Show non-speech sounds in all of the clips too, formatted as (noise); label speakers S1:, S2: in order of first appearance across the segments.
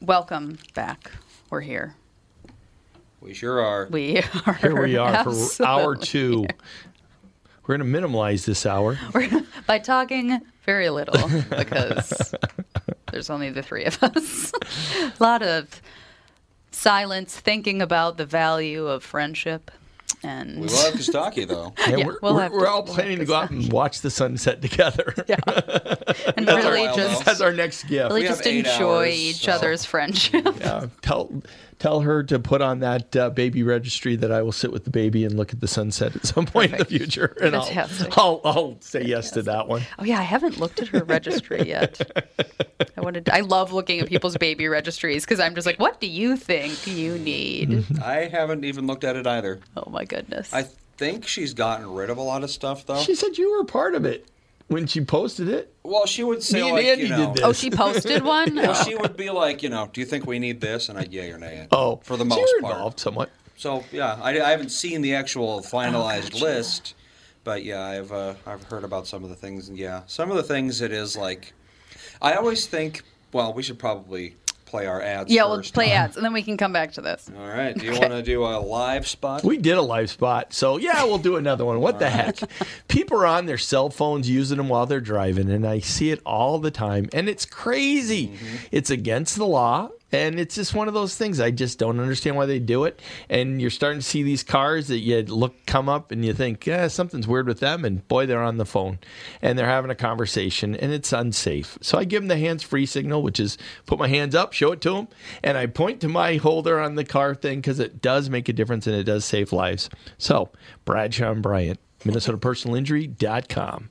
S1: Welcome back. We're here.
S2: We sure are.
S1: We (laughs) are.
S3: Here we are for
S1: absolutely
S3: hour two. We're going to minimize this hour.
S1: here. By talking very little
S3: (laughs)
S1: because there's only the three of us. (laughs) A lot of silence, thinking about the value of friendship. And
S2: (laughs) We love Kostaki though.
S3: And
S1: Yeah,
S3: we're,
S1: we'll
S3: we're-
S1: have
S3: we're
S1: to-
S3: all
S1: we'll have
S3: planning
S1: to
S3: to go out and watch the sunset (laughs) together. (laughs)
S1: and
S2: That's our
S1: really
S2: wild
S1: just
S2: house.
S3: That's our next gift.
S1: really
S2: We have
S1: just
S2: eight
S1: enjoy
S2: hours,
S1: each
S2: so-
S1: other's friendship.
S2: (laughs)
S3: Yeah, tell tell her to put on that uh, baby registry that I will sit with the baby and look at the sunset at some point in the future, and I'll,
S1: Fantastic.
S3: I'll I'll say yes to that one.
S1: Oh yeah, I haven't looked at her registry
S3: (laughs)
S1: yet. I wanted. I love looking at people's baby registries because I'm just like, what do you think you need?
S3: (laughs)
S2: I haven't even looked at it either.
S1: Oh my goodness.
S2: I think she's gotten rid of a lot of stuff though.
S3: She said you were part of it when she posted it.
S2: well, she would say
S3: Me and
S2: like,
S3: Andy
S2: you
S3: did
S2: know,
S3: this.
S1: oh, she posted one.
S2: (laughs)
S1: Oh,
S2: Well, she would be like, you know, do you think we need this? And I'd yay or nay. it,
S3: Oh,
S2: for the
S3: so
S2: most
S3: you're
S2: part.
S3: involved somewhat.
S2: So yeah, I, I haven't seen the actual
S1: Oh,
S2: finalized list, but yeah, I've uh, I've heard about some of the things, and yeah, some of the things it is like. I always think, well, we should probably play our ads.
S1: Yeah, we'll
S2: first.
S1: play ads, and then we can come back to this.
S2: All right. Do you want to do a live spot?
S3: We did a live spot, so yeah, we'll do another one. What the heck? People are on their cell phones using them while they're driving, and I see it all the time, and it's crazy. It's against the law, and it's just one of those things. I just don't understand why they do it. And you're starting to see these cars that you look come up, and you think, "Eh, yeah, something's weird with them, and boy, they're on the phone, and they're having a conversation, and it's unsafe. So I give them the hands-free signal, which is put my hands up, show it to them, and I point to my holder on the car thing because it does make a difference and it does save lives. So, Bradshaw and Bryant, MinnesotaPersonalInjury.com.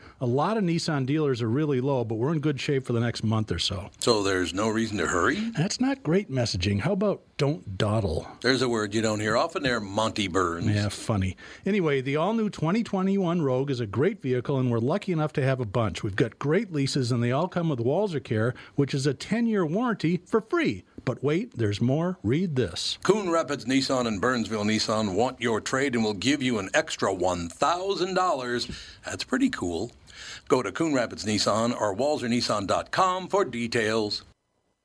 S4: A lot of Nissan dealers are really low, but we're in good shape for the next month or so.
S5: So there's no reason to hurry.
S4: That's not great messaging. How about don't dawdle?
S5: There's a word you don't hear often there, Monty Burns.
S4: Yeah, funny. Anyway, the all new 2021 Rogue is a great vehicle, and we're lucky enough to have a bunch. We've got great leases, and they all come with Walzer Care, which is a 10 year warranty for free. But wait, there's more. Read this.
S5: Coon Rapids Nissan and Burnsville Nissan want your trade and will give you an extra $1,000. That's pretty cool. Go to Coon Rapids Nissan or WalzerNissan.com for details.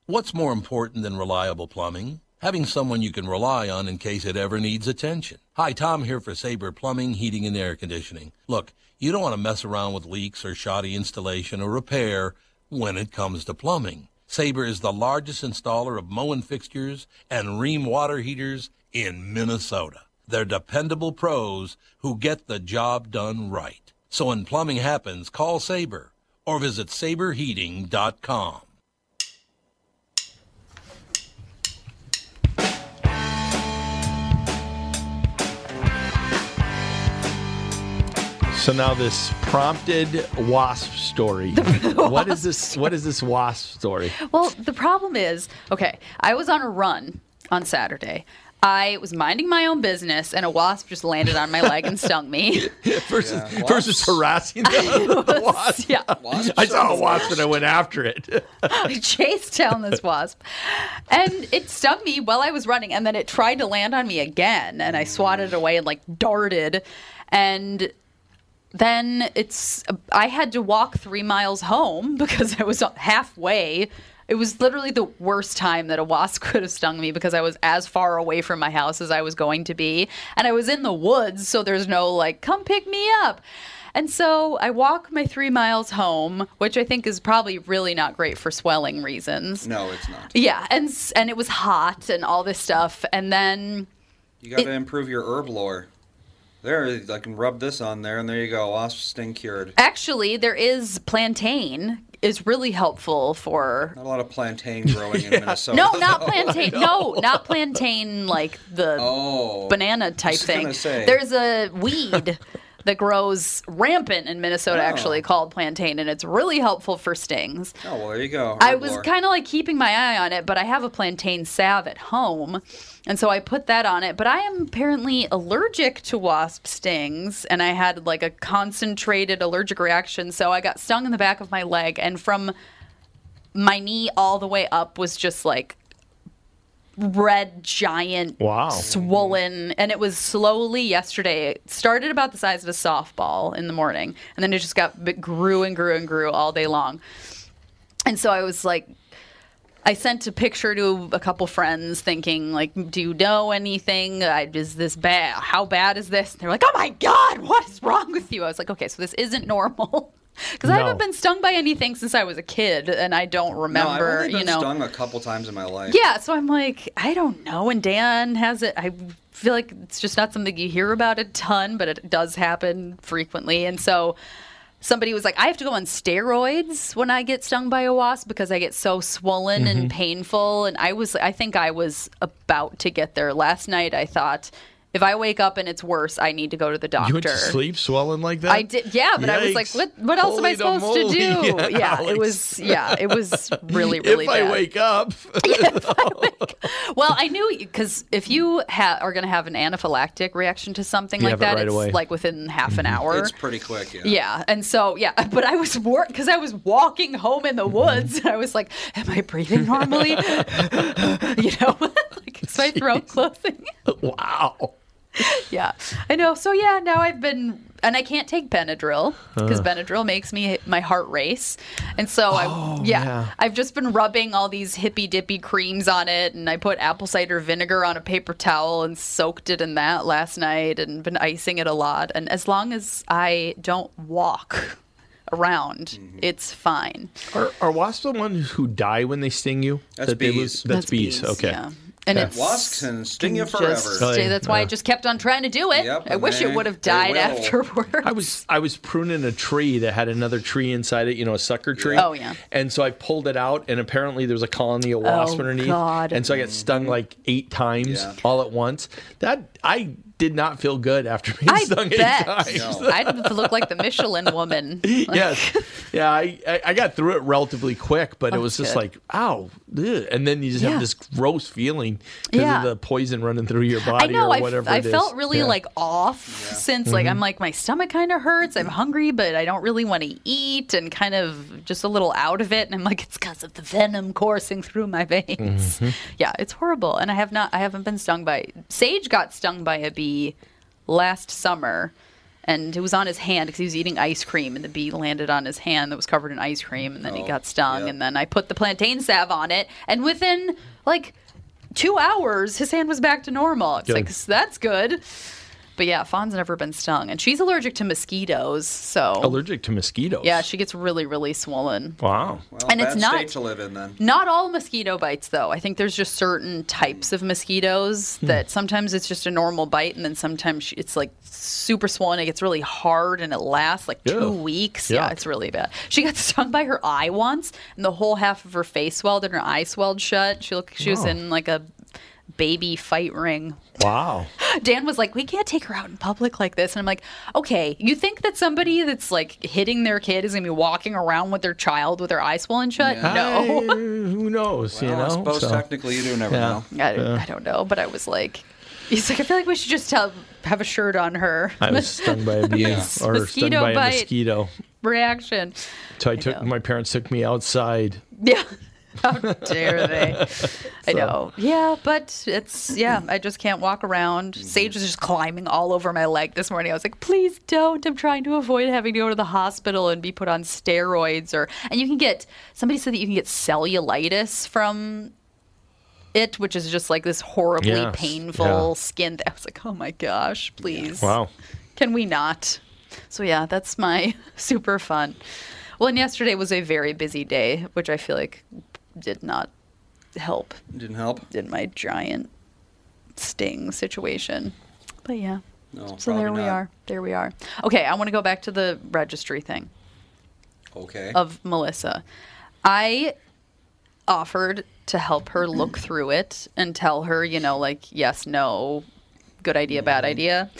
S5: What's more important than reliable plumbing? Having someone you can rely on in case it ever needs attention. Hi, Tom here for Sabre Plumbing, Heating, and Air Conditioning. Look, you don't want to mess around with leaks or shoddy installation or repair when it comes to plumbing. Sabre is the largest installer of Moen fixtures and Ream water heaters in Minnesota. They're dependable pros who get the job done right. So when plumbing happens, call Sabre or visit saberheating.com.
S3: So now this prompted wasp story. what is this? What is this wasp story?
S1: Well, the problem is, okay, I was on a run on Saturday. I was minding my own business, and a wasp just landed on my leg and stung me. (laughs)
S3: versus
S2: Yeah, wasps.
S3: versus harassing the the wasp.
S1: yeah.
S2: Wasps
S3: I
S2: are
S3: saw a
S2: the
S3: wasp and I went after it.
S1: I chased down this wasp and it stung me while I was running and then it tried to land on me again and I swatted it away and like darted and then it's I had to walk 3 miles home (laughs) because I was halfway it was literally the worst time that a wasp (laughs) could have stung me because I was as far away from my house as I was going to be and I was in the woods so there's no like come pick me up and so I walk my three miles home, which I think is probably really not great for swelling reasons.
S2: No, it's not.
S1: Yeah, and s- and it was hot and all this stuff, and then
S2: You got to improve your herb lore. There, I can rub this on there, and there you go. Wasp sting cured.
S1: actually there is plantain is really helpful for.
S2: Not a lot of plantain growing in Minnesota.
S1: (laughs)
S2: (laughs)
S1: No, not plantain. no. not plantain like the
S2: Oh.
S1: banana type
S2: was
S1: thing.
S2: gonna say.
S1: There's a
S2: (laughs)
S1: weed that grows rampant in Minnesota actually called plantain, and it's really helpful for stings.
S2: Oh, well, there you go.
S1: I
S2: herb
S1: was
S2: lore.
S1: kind of like keeping my eye on it, but I have a plantain salve at home. And so I put that on it. But I am apparently allergic to wasp stings. And I had like a concentrated allergic reaction. So I got stung in the back of my leg. And from my knee all the way up was just like red, giant,
S3: Wow.
S1: swollen. And it was slowly yesterday. It started about the size of a softball in the morning. And then it just got it grew and grew and grew all day long. And so I was like, I sent a picture to a couple friends, thinking like, "Do you know anything? I, is this bad? How bad is this?" And they're like, "Oh my god, what is wrong with you?" I was like, "Okay, so this isn't normal." Because I
S3: No.
S1: haven't been stung by anything since I was a kid, and I don't
S2: No, I've
S1: remember,
S2: only been
S1: you know.
S2: stung a couple times in my life.
S1: Yeah, so I'm like, I don't know. And Dan has it. I feel like it's just not something you hear about a ton, but it does happen frequently. And so somebody was like, I have to go on steroids when I get stung by a wasp because I get so swollen
S3: Mm-hmm.
S1: and painful. And I was, I think I was about to get there last night. I thought, if I wake up and it's worse, I need to go to the doctor.
S3: You went to sleep swelling like that?
S1: I did, yeah, but I was like,
S3: Yikes.
S1: what? What else
S3: Holy
S1: am I supposed to
S3: (laughs)
S1: do?
S3: moly.
S1: Yeah, it
S3: Alex.
S1: was, yeah, it was really, really
S3: (laughs) if
S1: bad.
S3: I wake up,
S1: Well, I knew because if you ha- are going to have an anaphylactic reaction to something
S3: You
S1: like
S3: have it
S1: that,
S3: right
S1: it's
S3: away. Mm-hmm.
S1: like within half an hour.
S2: It's pretty quick, yeah.
S1: yeah, and so yeah, (laughs) but I was worried because I was walking home in
S3: Mm-hmm.
S1: the woods, and I was like, "Am I breathing
S3: (laughs)
S1: normally? (laughs) you know, (laughs) like is my throat closing?"
S3: wow.
S1: (laughs) yeah, I know. So yeah, now I've been, and I can't take Benadryl because Benadryl makes me my heart race, and so
S3: Oh,
S1: I yeah,
S3: yeah.
S1: I've just been rubbing all these hippy dippy creams on it, and I put apple cider vinegar on a paper towel and soaked it in that last night, and been icing it a lot. And as long as I don't walk around,
S2: Mm-hmm.
S1: it's fine.
S3: Are, are wasps the ones who die when they sting you?
S2: That's
S3: they
S2: bees.
S3: lose- That's, bees. Okay.
S1: yeah. And it's
S2: Wasps can sting you
S1: just-
S2: forever.
S3: Oh, yeah.
S1: that's why I just kept on trying to do it.
S2: Yep,
S1: I
S2: and
S1: wish
S2: they-
S1: it would have
S2: they
S1: died
S2: will.
S3: (laughs)
S1: afterwards.
S3: I was I was pruning a tree that had another tree inside it, you know, a sucker tree.
S1: Oh, yeah.
S3: And so I pulled it out, and apparently there was a colony of wasps
S1: Oh,
S3: underneath.
S1: God.
S3: And so I got stung like eight times
S2: Mm-hmm. Yeah.
S3: all at once. That I did not feel good after being
S1: I
S3: stung eight
S1: bet.
S3: times.
S1: I'd look like the Michelin woman. (laughs)
S3: yes. Yeah, I, I, I got through it relatively quick, but it was
S1: that's
S3: just
S1: Oh, good.
S3: like, ow. ugh. And then you just
S1: Yeah.
S3: have this gross feeling because
S1: Yeah.
S3: of the poison running through your
S1: I
S3: body
S1: know.
S3: or
S1: I,
S3: whatever
S1: I
S3: it is.
S1: felt really
S3: Yeah.
S1: like off since like I'm like my stomach kind of hurts. I'm hungry, but I don't really want to eat, and kind of just a little out of it. And I'm like, it's because of the venom coursing through my
S3: Mm-hmm.
S1: veins. Yeah, it's horrible. And I have not. I haven't been stung by. Sage got stung by a bee last summer. And it was on his hand because he was eating ice cream, and the bee landed on his hand that was covered in ice cream, and then he
S2: Oh,
S1: got stung.
S2: yeah.
S1: And then I put the plantain salve on it, and within like two hours, his hand was back to normal. It's
S3: Good.
S1: like, that's good. But yeah, Fawn's never been stung. And she's allergic to mosquitoes. So,
S3: allergic to mosquitoes.
S1: oh. yeah, she gets really, really swollen.
S3: Wow.
S2: Well,
S1: And it's
S2: bad
S1: not-
S2: state to live in then.
S1: Not all mosquito bites, though. I think there's just certain types of mosquitoes
S3: Hmm.
S1: that sometimes it's just a normal bite, and then sometimes she- it's like super swollen. It gets really hard and it lasts like two
S3: Ew.
S1: weeks. Yeah.
S3: Yuck.
S1: it's really bad. She got (laughs) stung by her eye once, and the whole half of her face swelled and her eye swelled shut. She looked, she was
S3: Wow.
S1: in like a baby fight ring. (gasps)
S3: Wow.
S1: Dan was like, "We can't take her out in public like this," and I'm like, "Okay, you think that somebody that's like hitting their kid is gonna be walking around with their child with their eye swollen shut? No."
S3: I- (laughs) who knows? you
S2: Well,
S3: know.
S2: I suppose
S3: so.
S2: technically you do never
S3: Yeah.
S2: know.
S1: I, I don't know, but I was like, He's like, I feel like we should just tell, have a shirt on her (laughs)
S3: I was stung by a bee
S2: Yeah.
S3: (laughs) or stung
S1: Mosquito
S3: by
S1: bite.
S3: a mosquito.
S1: reaction.
S3: So I took
S1: know.
S3: my parents took me outside.
S1: Yeah. (laughs) How dare they? I know. Yeah, but it's, yeah, I just can't walk
S3: Mm-hmm.
S1: around. Sage was just climbing all over my leg this morning. I was like, please don't. I'm trying to avoid having to go to the hospital and be put on steroids or, and you can get, somebody said that you can get cellulitis from it, which is just like this horribly
S3: Yes,
S1: painful
S3: yeah.
S1: skin. I was like, oh my gosh, please.
S3: Wow.
S1: Can we not? So yeah, that's my (laughs) super fun. Well, and yesterday was a very busy day, which I feel like did not help
S2: Didn't help.
S1: in my giant sting situation. But yeah.
S2: No,
S1: So there
S2: Oh, probably
S1: we
S2: not.
S1: are. There we are. Okay, I want to go back to the registry thing
S2: Okay.
S1: of Melissa. I offered to help her
S2: Mm-hmm.
S1: look through it and tell her, you know, like, yes, no, good idea, bad
S2: Mm-hmm.
S1: idea.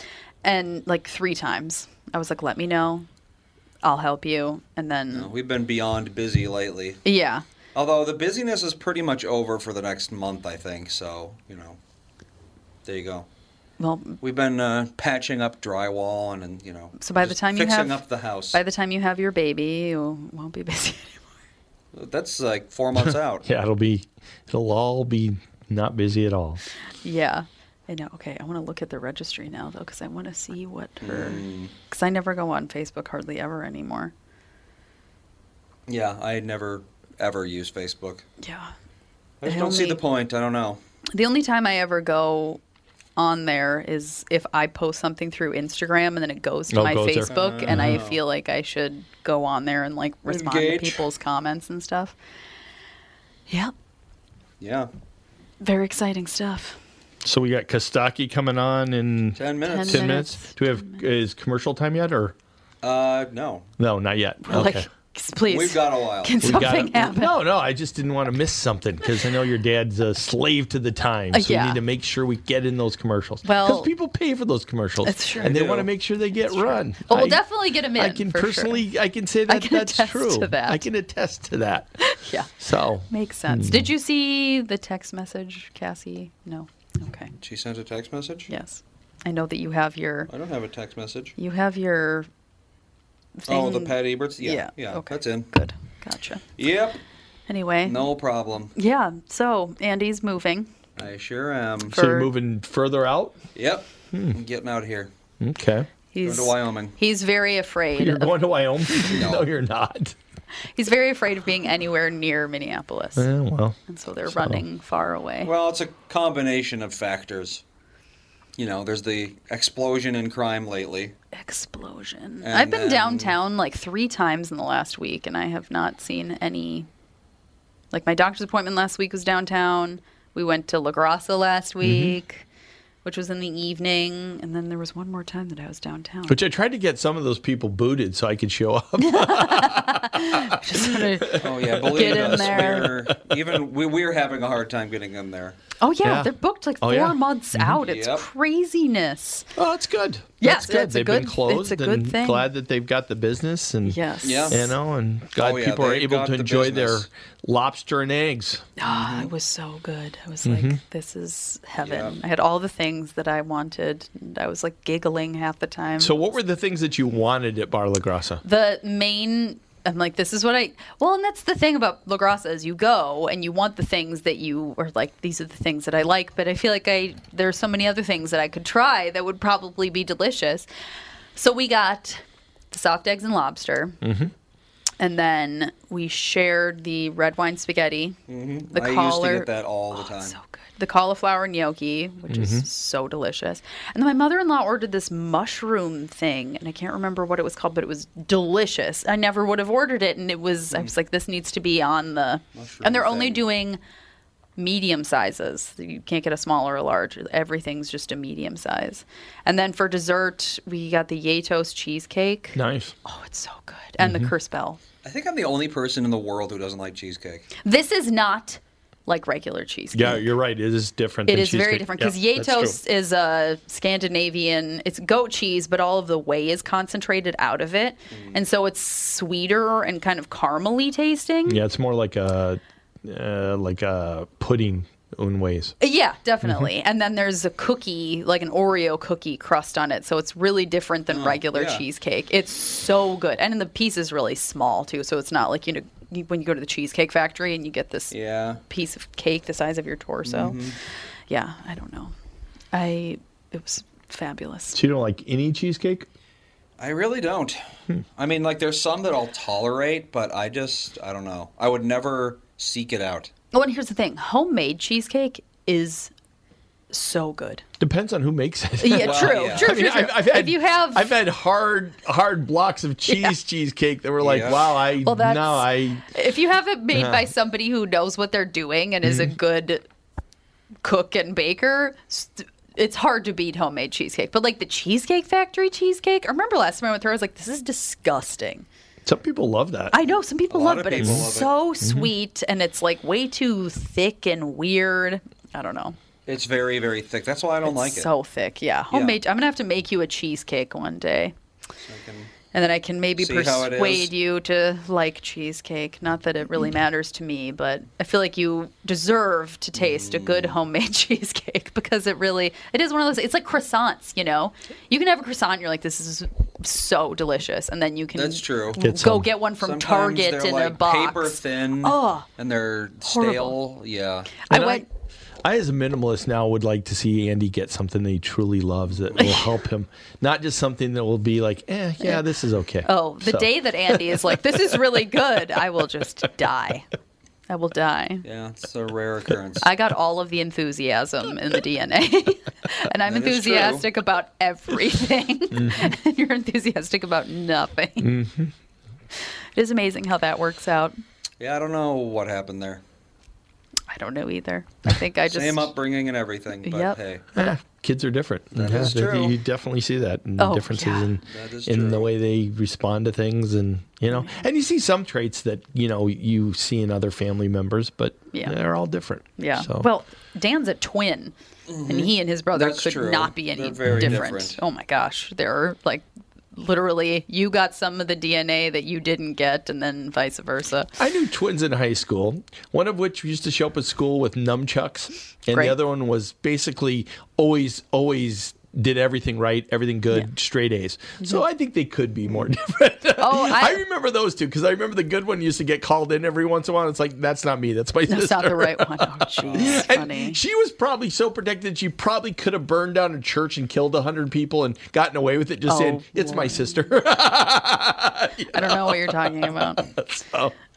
S1: And like three times, I was like, let me know. I'll help you. And then,
S2: We've been beyond busy lately.
S1: yeah.
S2: Although the busyness is pretty much over for the next month, I think. So you know, there you go.
S1: Well,
S2: We've been uh, patching up drywall and, and you know.
S1: So by the
S2: just
S1: time you
S2: fixing
S1: have-
S2: up the house,
S1: by the time you have your baby, you won't be busy. (laughs)
S2: that's like four months out.
S3: (laughs) Yeah, it'll be it'll all be not busy at all.
S1: yeah. I know. Okay. I want to look at the registry now, though, because I want to see what her.
S2: Mm.
S1: Because I never go on Facebook hardly ever anymore.
S2: Yeah, I never ever use Facebook.
S1: Yeah.
S2: I just
S1: I
S2: don't see
S1: only-
S2: the point. I don't know.
S1: The only time I ever go on there is if I post something through Instagram and then it goes to
S3: Oh,
S1: my
S3: goes there.
S1: Facebook, and I feel like I should go on there and like respond
S2: Oh. Engage.
S1: to people's comments and stuff. Yep,
S2: Yeah,
S1: very exciting stuff.
S3: So we got Kostaki coming on in ten
S2: ten minutes.
S1: Ten minutes.
S3: minutes. Do we have is commercial time yet or
S2: Uh, no,
S3: no, not yet.
S1: We're Like, please,
S2: we've got a
S1: (laughs)
S2: while.
S1: can
S3: We got
S1: something
S3: it.
S1: happen?
S3: No, no, I just didn't want to miss something because I know your dad's a slave to the time. So
S1: Uh, yeah.
S3: we need to make sure we get in those commercials.
S1: Well-
S3: because people pay for those commercials.
S1: That's true.
S3: And they
S2: They do.
S3: want to make sure they get run.
S1: But we'll
S3: I-
S1: definitely get him in.
S3: I can
S1: for sure.
S3: personally, I can say that
S1: can
S3: that's
S1: attest
S3: true.
S1: to that.
S3: I can attest to that.
S1: Yeah.
S3: So
S1: Makes
S3: Hmm.
S1: sense. Did you see the text message, Cassie? No. Okay.
S2: She sent a text message.
S1: Yes. I know that you have your
S2: I don't have a text message.
S1: you have your
S2: Oh, the
S1: thing-
S2: Pat Eberts. Yeah, yeah,
S1: okay.
S2: that's in.
S1: Good. Gotcha.
S2: Yep,
S1: Anyway.
S2: no problem.
S1: Yeah. So Andy's moving.
S2: I sure am.
S3: so you're
S1: for-
S3: moving further out. Hmm.
S2: Yep, I'm getting out of here.
S3: Okay.
S2: Going
S1: He's
S2: to Wyoming.
S1: he's very afraid.
S3: You're
S1: Of,
S3: going to Wyoming?
S2: (laughs)
S3: no. you're not.
S1: he's very afraid of being anywhere near Minneapolis,
S3: Yeah, Eh, well,
S1: and so they're
S3: Oh.
S1: running far away.
S2: Well, it's a combination of factors. You know, there's the explosion in crime lately.
S1: Explosion.
S2: And
S1: I've been
S2: then- (laughs)
S1: downtown like three times in the last week, and I have not seen any. Like my doctor's appointment last week was downtown. We went to La Grassa last
S3: Mm-hmm.
S1: week, which was in the evening, and then there was one more time that I was downtown.
S3: which I tried to get some of those people booted so I could show up.
S1: (laughs) Just wanna-
S2: Oh yeah, believe
S1: in
S2: us,
S1: there.
S2: we're even we, we're having a hard time getting them there.
S1: oh yeah,
S3: Yeah.
S1: they're booked like
S3: Oh,
S1: four
S3: yeah.
S1: months out. It's
S2: Yep.
S1: craziness.
S3: oh, that's good.
S1: Yeah,
S3: that's good.
S1: it's a
S3: they've
S1: good-
S3: been
S1: it's a
S3: closed.
S1: good
S3: and
S1: thing.
S3: Glad that they've got the business and
S1: Yes.
S2: Yeah.
S3: you know, and glad
S2: Oh, yeah,
S3: people are
S2: they've
S3: able
S2: got
S3: to
S2: the
S3: enjoy
S2: business.
S3: their lobster and eggs.
S1: Ah,
S3: Mm-hmm.
S1: it was so good. I was like, this is heaven. I had all the things that I wanted. And I was like giggling half the time.
S3: So, what were the things that you wanted at Bar La Grassa?
S1: the main I'm like, this is what I well, and that's the thing about La Grassa is you go and you want the things that you are like, these are the things that I like, but I feel like I there are so many other things that I could try that would probably be delicious. So we got the soft eggs and lobster.
S3: Mm-hmm.
S1: And then we shared the red wine spaghetti, the
S2: Mm-hmm. I used
S1: collar. Oh,
S2: to get that all the time.
S1: So good. The cauliflower gnocchi, which
S3: Mm-hmm.
S1: is so delicious. And then my mother in law ordered this mushroom thing, and I can't remember what it was called, but it was delicious. I never would have ordered it, and it was, I was like, this needs to be on the.
S2: Mushroom
S1: and they're only
S2: thing.
S1: doing medium sizes. You can't get a small or a large. Everything's just a medium size. And then for dessert, we got the Yatos cheesecake.
S3: Nice.
S1: Oh, it's so good. And
S2: Mm-hmm.
S1: the curse bell.
S2: I think I'm the only person in the world who doesn't like cheesecake.
S1: This is not like regular cheesecake.
S3: Yeah, you're right. It is different.
S1: It
S3: than
S1: is very
S3: cheesecake.
S1: different
S3: Yeah,
S1: because
S3: that's true.
S1: Yatos is a Scandinavian. It's goat cheese, but all of the whey is concentrated out of it,
S3: Mm.
S1: and so it's sweeter
S3: Mm.
S1: and kind of caramely tasting.
S3: Yeah, it's more like a uh, like a pudding own ways.
S1: Yeah, definitely.
S3: Mm-hmm.
S1: and then there's a cookie, like an Oreo cookie crust on it. So it's really different
S3: Oh,
S1: than regular
S2: yeah.
S1: cheesecake. It's so good. And then the piece is really small, too. So it's not like, you know, you- when you go to the Cheesecake Factory and you get this
S2: Yeah.
S1: piece of cake the size of your torso.
S3: Mm-hmm.
S1: Yeah, I don't know. I, it was fabulous.
S3: So you don't like any cheesecake?
S2: I really don't.
S3: Hmm.
S2: I mean, like, there's some that I'll tolerate, but I just, I don't know. I would never seek it out.
S1: Oh, and here's the thing homemade cheesecake is so good.
S3: Depends on who makes it. (laughs)
S1: Yeah,
S2: Well,
S1: true,
S2: yeah.
S1: true,
S3: I
S1: true,
S3: mean,
S1: true.
S3: I've, I've had,
S1: if you have,
S3: I've had hard, hard blocks of cheese cheesecake that were like,
S2: Yeah.
S3: wow, I
S1: Well, that's-
S3: now I
S1: If you have it made by somebody who knows what they're doing and is a good cook and baker, st- it's hard to beat homemade cheesecake. But like the Cheesecake Factory cheesecake, I remember last time I went through, I was like, this is disgusting.
S3: some people love that.
S1: I know some people love
S2: lot
S1: it,
S2: of
S1: but it's
S2: people love it.
S1: so sweet and it's like way too thick and weird. I don't know.
S2: It's very, very thick. That's why I don't
S1: It's
S2: like it.
S1: so thick. Yeah. Homemade. I'm going to have to make you a cheesecake one day. And then I can maybe
S2: See how it
S1: persuade
S2: is.
S1: you to like cheesecake. Not that it really matters to me, but I feel like you deserve to taste a
S2: Mm.
S1: good homemade (laughs) cheesecake because it really it is one of those it's like croissants, you know. You can have a croissant and you're like this is so delicious and then you can
S2: That's true.
S3: Get
S1: go
S3: some.
S1: get one from
S2: Sometimes
S1: Target
S2: they're
S1: in a
S2: like
S1: box.
S2: Paper thin. and they're
S1: horrible.
S2: stale. Yeah.
S1: I
S3: And
S1: went
S3: I, as a minimalist now, would like to see Andy get something that he truly loves
S1: (laughs)
S3: that will help him, not just something that will be like, eh, yeah, this is okay.
S1: Oh, the
S3: So,
S1: day that Andy is like, this is really
S3: (laughs)
S1: good, I will just die. I will die.
S2: (laughs) Yeah. It's a rare occurrence.
S1: (laughs) I got all of the enthusiasm in the DNA. (laughs) and I'm
S2: That is true. Mm-hmm.
S1: enthusiastic about
S2: (laughs)
S1: everything. and (laughs) you're enthusiastic about nothing. It is amazing how that works out.
S2: yeah. I don't know what happened there.
S1: I don't know either. I think I just.
S2: (laughs) Same upbringing and everything. But
S1: Yep.
S2: hey,
S3: eh, kids are different. Yeah,
S2: is
S3: they-
S2: true.
S3: You definitely see that in the
S1: Oh,
S3: differences
S1: yeah.
S3: in,
S2: That is
S3: in the
S2: true.
S3: way they respond to things, and you know, and you see some traits that you know you see in other family members, but
S1: Yeah.
S3: they're all different.
S1: Yeah.
S3: So.
S1: Well, Dan's a twin, and he and his brother
S2: Mm-hmm. That's
S1: could
S2: true.
S1: not be any
S2: They're very
S1: different.
S2: different.
S1: Oh my gosh, they're like literally you got some of the DNA that you didn't get, and then vice versa.
S3: I knew twins in high school, one of which used to show up at school with nunchucks, and
S1: Great.
S3: the other one was basically always, always did everything right, everything good, straight A's. So I think they could be more (laughs) different.
S1: Oh,
S3: I,
S1: I,
S3: remember those two because I remember the good one used to get called in every once in a while. It's like, that's not me, that's my
S1: that's
S3: sister.
S1: not the right one. Oh, jeez,
S3: And
S1: funny.
S3: she was probably so protected she probably could have burned down a church and killed a hundred people and gotten away with it just
S1: Oh,
S3: saying, It's my
S1: Lord.
S3: sister. (laughs)
S1: I don't know what you're talking about.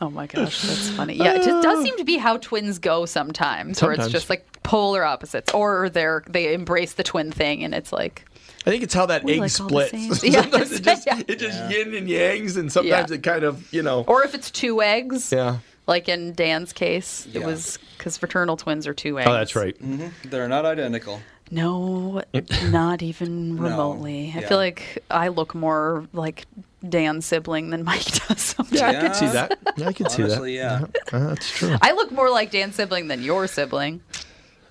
S1: Oh my gosh, that's funny. Yeah, it just
S2: Uh.
S1: does seem to be how twins go sometimes, where
S3: Sometimes.
S1: it's just like polar opposites, or they're they embrace the twin thing, and it's like
S3: I think it's how that
S1: like
S3: egg
S1: all the
S3: splits. (laughs)
S1: same. Yeah,
S3: sometimes it just
S1: yeah.
S3: it just yin and yangs, and sometimes
S1: Yeah.
S3: it kind of you know.
S1: or if it's two eggs.
S3: yeah.
S1: like in Dan's case, it
S2: Yeah.
S1: was because fraternal twins are two eggs.
S3: Oh, that's right.
S2: Mm-hmm. they're not identical.
S3: (clears throat)
S1: No, not even remotely. I
S2: yeah.
S1: feel like I look more like Dan's sibling than Mike (laughs) does sometimes.
S3: Yeah, I could see that. (laughs) Yeah, I could
S2: Honestly,
S3: see
S2: yeah.
S3: that. Uh, that's true.
S1: I look more like Dan's sibling than your sibling.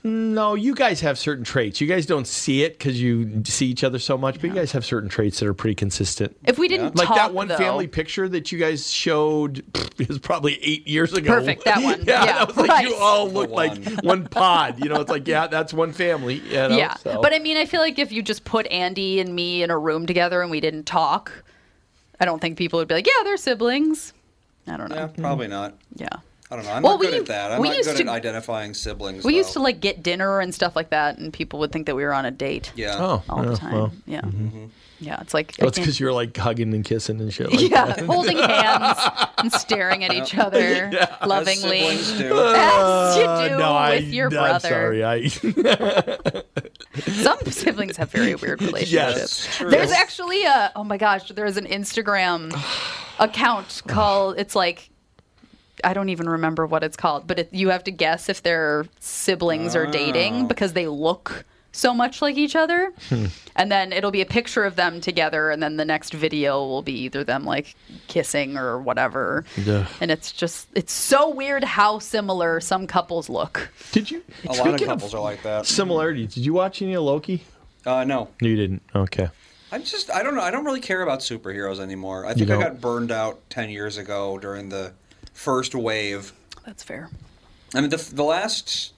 S3: No, you guys have certain traits. You guys don't see it because you see each other so much, but you guys have certain traits that are pretty consistent.
S1: If we didn't
S3: Like
S1: talk,
S3: that one
S1: though,
S3: family picture that you guys showed (laughs) pff, is probably eight years ago.
S1: Perfect, that one.
S3: (laughs) yeah,
S1: Yeah,
S3: that was like you
S1: right.
S3: all look
S2: The
S3: like
S2: one.
S3: one pod. You know, it's like yeah, that's one family. You know,
S1: yeah,
S3: so.
S1: but I mean, I feel like if you just put Andy and me in a room together and we didn't talk, I don't think people would be like, "Yeah, they're siblings." I don't
S2: Yeah,
S1: know.
S2: probably not.
S1: Yeah.
S2: I don't know. I'm
S1: Well,
S2: not
S1: we
S2: good
S1: u-
S2: at that. I'm
S1: we
S2: not
S1: used
S2: good
S1: to-
S2: at identifying siblings.
S1: We
S2: though.
S1: used to like get dinner and stuff like that, and people would think that we were on a date.
S2: Yeah.
S3: oh,
S1: all the
S3: yeah,
S1: time. Mm-hmm.
S3: well.
S1: Yeah. Yeah. It's like, I
S3: That's
S1: can't-
S3: because you're like hugging and kissing and shit. Like
S1: (laughs)
S3: that.
S1: yeah,
S3: (laughs)
S1: holding hands and staring at each other
S2: As
S1: lovingly.
S2: siblings do.
S1: (laughs) As you
S3: Uh,
S1: do with your
S3: no, I'm
S1: brother.
S3: sorry. I,
S1: Some siblings have very
S3: (laughs)
S1: weird relationships.
S2: That's true.
S1: There's actually a oh my gosh, there's an Instagram account called it's like I don't even remember what it's called, but it, you have to guess if their siblings are dating because they look so much like each other.
S3: Hmm.
S1: and then it'll be a picture of them together and then the next video will be either them like kissing or whatever.
S3: Yeah.
S1: And it's just it's so weird how similar some couples look.
S3: did you?
S2: A lot of
S3: speaking
S2: couples are like that.
S3: similarities. Did you watch any of Loki?
S2: Uh, no,
S3: No, you didn't. Okay.
S2: I'm just. I don't know. I don't really care about superheroes anymore. I think I
S3: don't?
S2: got burned out ten years ago during the first wave.
S1: That's fair.
S2: I mean, the the last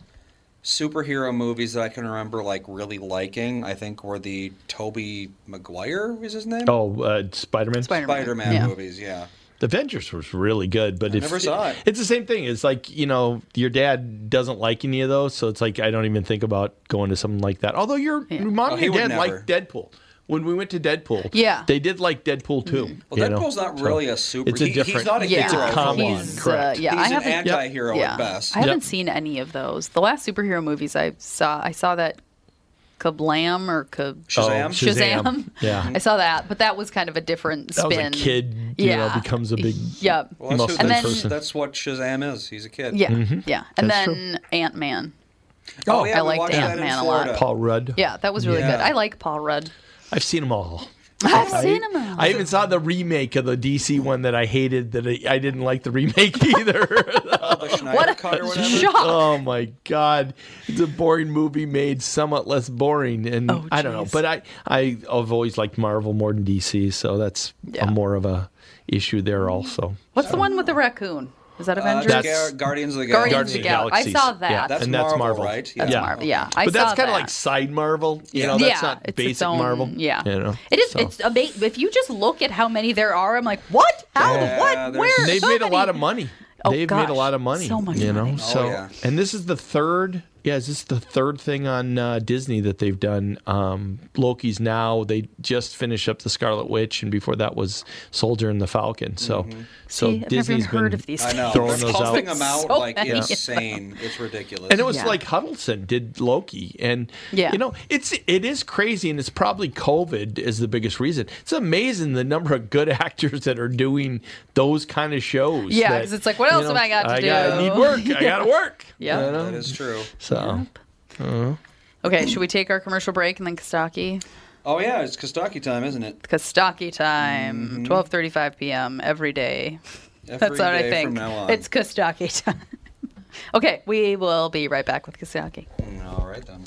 S2: superhero movies that I can remember like really liking, I think were the Toby Maguire was his name?
S3: Oh, uh, Spider Man.
S1: Spider-Man.
S2: Spider-Man
S1: Yeah.
S2: movies, yeah.
S3: The Avengers was really good, but it's,
S2: never saw it.
S3: It's the same thing. It's like you know your dad doesn't like any of those, so it's like I don't even think about going to something like that. Although your mom
S2: Oh, he
S3: and
S2: would
S3: dad
S2: never.
S3: liked Deadpool. When we went to Deadpool,
S1: Yeah.
S3: they did like Deadpool too.
S2: Mm-hmm. Well,
S3: you know?
S2: Deadpool's not
S3: So
S2: really a super.
S3: It's a
S2: he-
S3: different.
S2: he's not a
S1: Yeah.
S3: It's
S2: hero.
S3: a come on,
S1: He's, uh,
S3: correct?
S1: yeah, I
S2: He's an
S1: haven't.
S2: anti-hero
S1: yeah,
S2: at best.
S1: I haven't
S3: Yep.
S1: seen any of those. The last superhero movies I saw, I saw that Kablam or Kab-
S3: Oh,
S2: Shazam?
S1: Shazam.
S3: Yeah,
S1: (laughs) I saw that, but that was kind of a different
S3: that
S1: spin.
S3: was a kid. You know, becomes a big
S1: Yep.
S2: Well, that's, who,
S3: Muscle
S2: that's,
S3: person.
S2: that's what Shazam is. He's a kid.
S1: Yeah. Yeah. And
S3: Mm-hmm. That's
S1: then Ant Man.
S2: Oh, yeah,
S1: I
S2: we
S1: liked
S2: watched that in
S1: Ant-Man a lot.
S2: Florida.
S3: Paul Rudd.
S1: Yeah, that was really
S2: Yeah.
S1: good. I like Paul Rudd.
S3: I've seen them all.
S1: I've
S3: I-
S1: seen him. in-
S3: I even saw the remake of the DC one that I hated. That I, I didn't like
S1: (laughs)
S3: the remake either.
S2: The Schneider
S1: What a
S2: cut or whatever.
S1: shock.
S3: Oh my god, it's a boring movie made somewhat less boring, and I don't know.
S1: Oh, jeez.
S3: But I I- I've always liked Marvel more than DC, so that's
S1: Yeah. Mm-hmm.
S3: a more of a issue there also.
S1: What's the one with the raccoon? Is that
S2: Uh,
S1: Avengers?
S3: That's-
S2: Gar- Guardians of the Galaxy.
S1: Guardians of the Gal- I
S3: Galaxies.
S1: saw that.
S3: Yeah,
S2: That's
S3: and that's
S2: Marvel,
S3: Marvel,
S2: right?
S1: That's
S3: yeah.
S1: Marvel. Yeah, I
S3: but that's
S1: saw
S3: kind
S1: that.
S3: of like side Marvel. You
S2: Yeah.
S3: know, that's
S1: yeah,
S3: not
S1: it's
S3: basic
S1: its own,
S3: Marvel.
S1: Yeah,
S3: you know,
S1: it is.
S3: so.
S1: It's amazing. If you just look at how many there are, I'm like, what? How?
S2: Yeah,
S1: what?
S2: there's-
S1: Where?
S3: They've
S1: So
S3: made a
S1: many.
S3: lot of money.
S1: Oh,
S3: They've
S1: gosh,
S3: made a lot of money.
S1: so much
S3: you know.
S1: money.
S3: So,
S2: Oh,
S5: Oh,
S2: yeah.
S3: and this is the third. Yeah, is this the third thing on uh, Disney that they've done? Um, Loki's now. They just finished up the Scarlet Witch, and before that was Soldier and the Falcon. So,
S1: See,
S3: so
S1: I've never
S3: Disney's
S1: even heard
S3: been
S1: of these.
S2: Mm-hmm. I know.
S3: throwing
S2: They're
S3: those out.
S2: pumping them out
S1: So
S2: like
S1: many.
S2: insane. It's ridiculous.
S3: and it was
S1: Yeah.
S3: like Huddleston did Loki, and
S1: Yeah.
S3: you know it's it is crazy, and it's probably COVID is the biggest reason. It's amazing the number of good (laughs) actors that are doing those kind of shows.
S1: Yeah,
S3: that,
S1: 'cause it's like, what
S3: you
S1: else have I got to
S3: gotta- I
S1: do? (laughs)
S3: need work. I got to work.
S1: Yeah.
S3: you know?
S2: that is true.
S3: So uh,
S1: Okay, should we take our commercial break and then Kostaki?
S2: Oh yeah, it's Kostaki time, isn't it?
S1: Kostaki time, twelve thirty-five p.m. every day. That's
S2: Mm-hmm. Every
S1: what I
S2: day
S1: think.
S2: From now on.
S1: It's Kostaki time. (laughs) okay, we will be right back with Kostaki.
S2: all right then.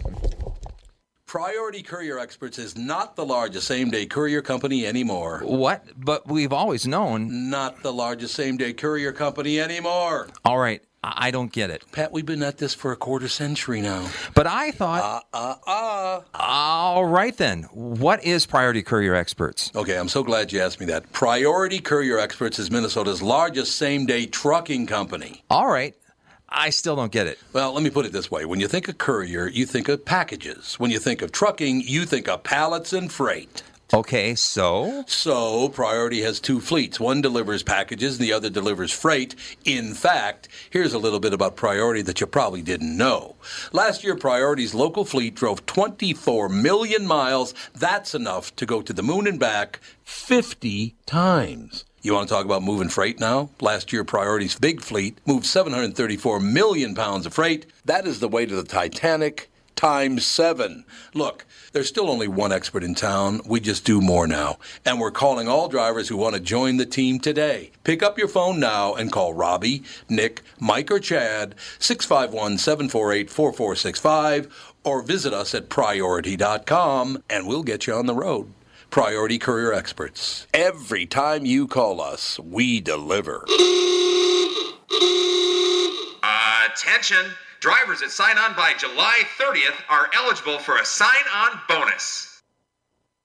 S5: Priority Courier Experts is not the largest same day courier company anymore.
S6: What? But we've always known.
S5: Not the largest same day courier company anymore.
S6: All right, I I don't get it.
S5: Pat, we've been at this for a quarter century now.
S6: But I thought,
S5: Uh uh.
S6: all right then, what is Priority Courier Experts?
S5: Okay, I'm so glad you asked me that. Priority Courier Experts is Minnesota's largest same day trucking company.
S6: All right, I still don't get it.
S5: Well, let me put it this way. When you think of courier, you think of packages. When you think of trucking, you think of pallets and freight.
S6: Okay, so
S5: So, Priority has two fleets. One delivers packages, the other delivers freight. In fact, here's a little bit about Priority that you probably didn't know. Last year, Priority's local fleet drove 24 million miles. That's enough to go to the moon and back 50 times. You want to talk about moving freight now? Last year, Priority's big fleet moved 734 million pounds of freight. That is the weight of the Titanic times seven. Look, there's still only one expert in town. We just do more now. And we're calling all drivers who want to join the team today. Pick up your phone now and call Robbie, Nick, Mike, or Chad, 651 748 4465, or visit us at priority.com and we'll get you on the road. Priority Courier Experts. Every time you call us, we deliver.
S7: Attention! Drivers that sign on by July 30th are eligible for a sign on bonus.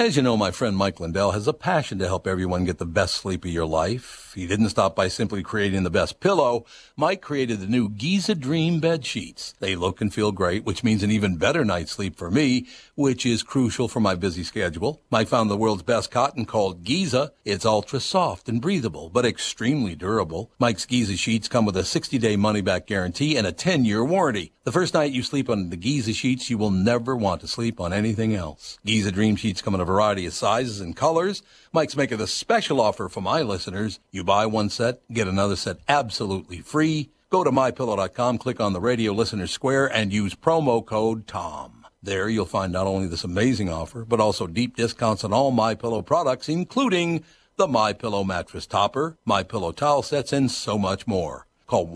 S5: As you know, my friend Mike Lindell has a passion to help everyone get the best sleep of your life. He didn't stop by simply creating the best pillow. Mike created the new Giza Dream bed sheets. They look and feel great, which means an even better night's sleep for me, which is crucial for my busy schedule. Mike found the world's best cotton called Giza. It's ultra soft and breathable, but extremely durable. Mike's Giza sheets come with a 60-day money-back guarantee and a 10-year warranty. The first night you sleep on the Giza sheets, you will never want to sleep on anything else. Giza Dream Sheets come in a variety of sizes and colors. Mike's making a special offer for my listeners. You buy one set, get another set absolutely free. Go to mypillow.com, click on the radio listener square, and use promo code TOM. There you'll find not only this amazing offer, but also deep discounts on all My Pillow products, including the My Pillow mattress topper, My Pillow towel sets, and so much more. Call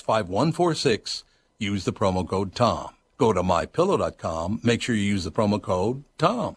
S5: 1-800-516-5146. Use the promo code TOM. Go to mypillow.com. Make sure you use the promo code TOM.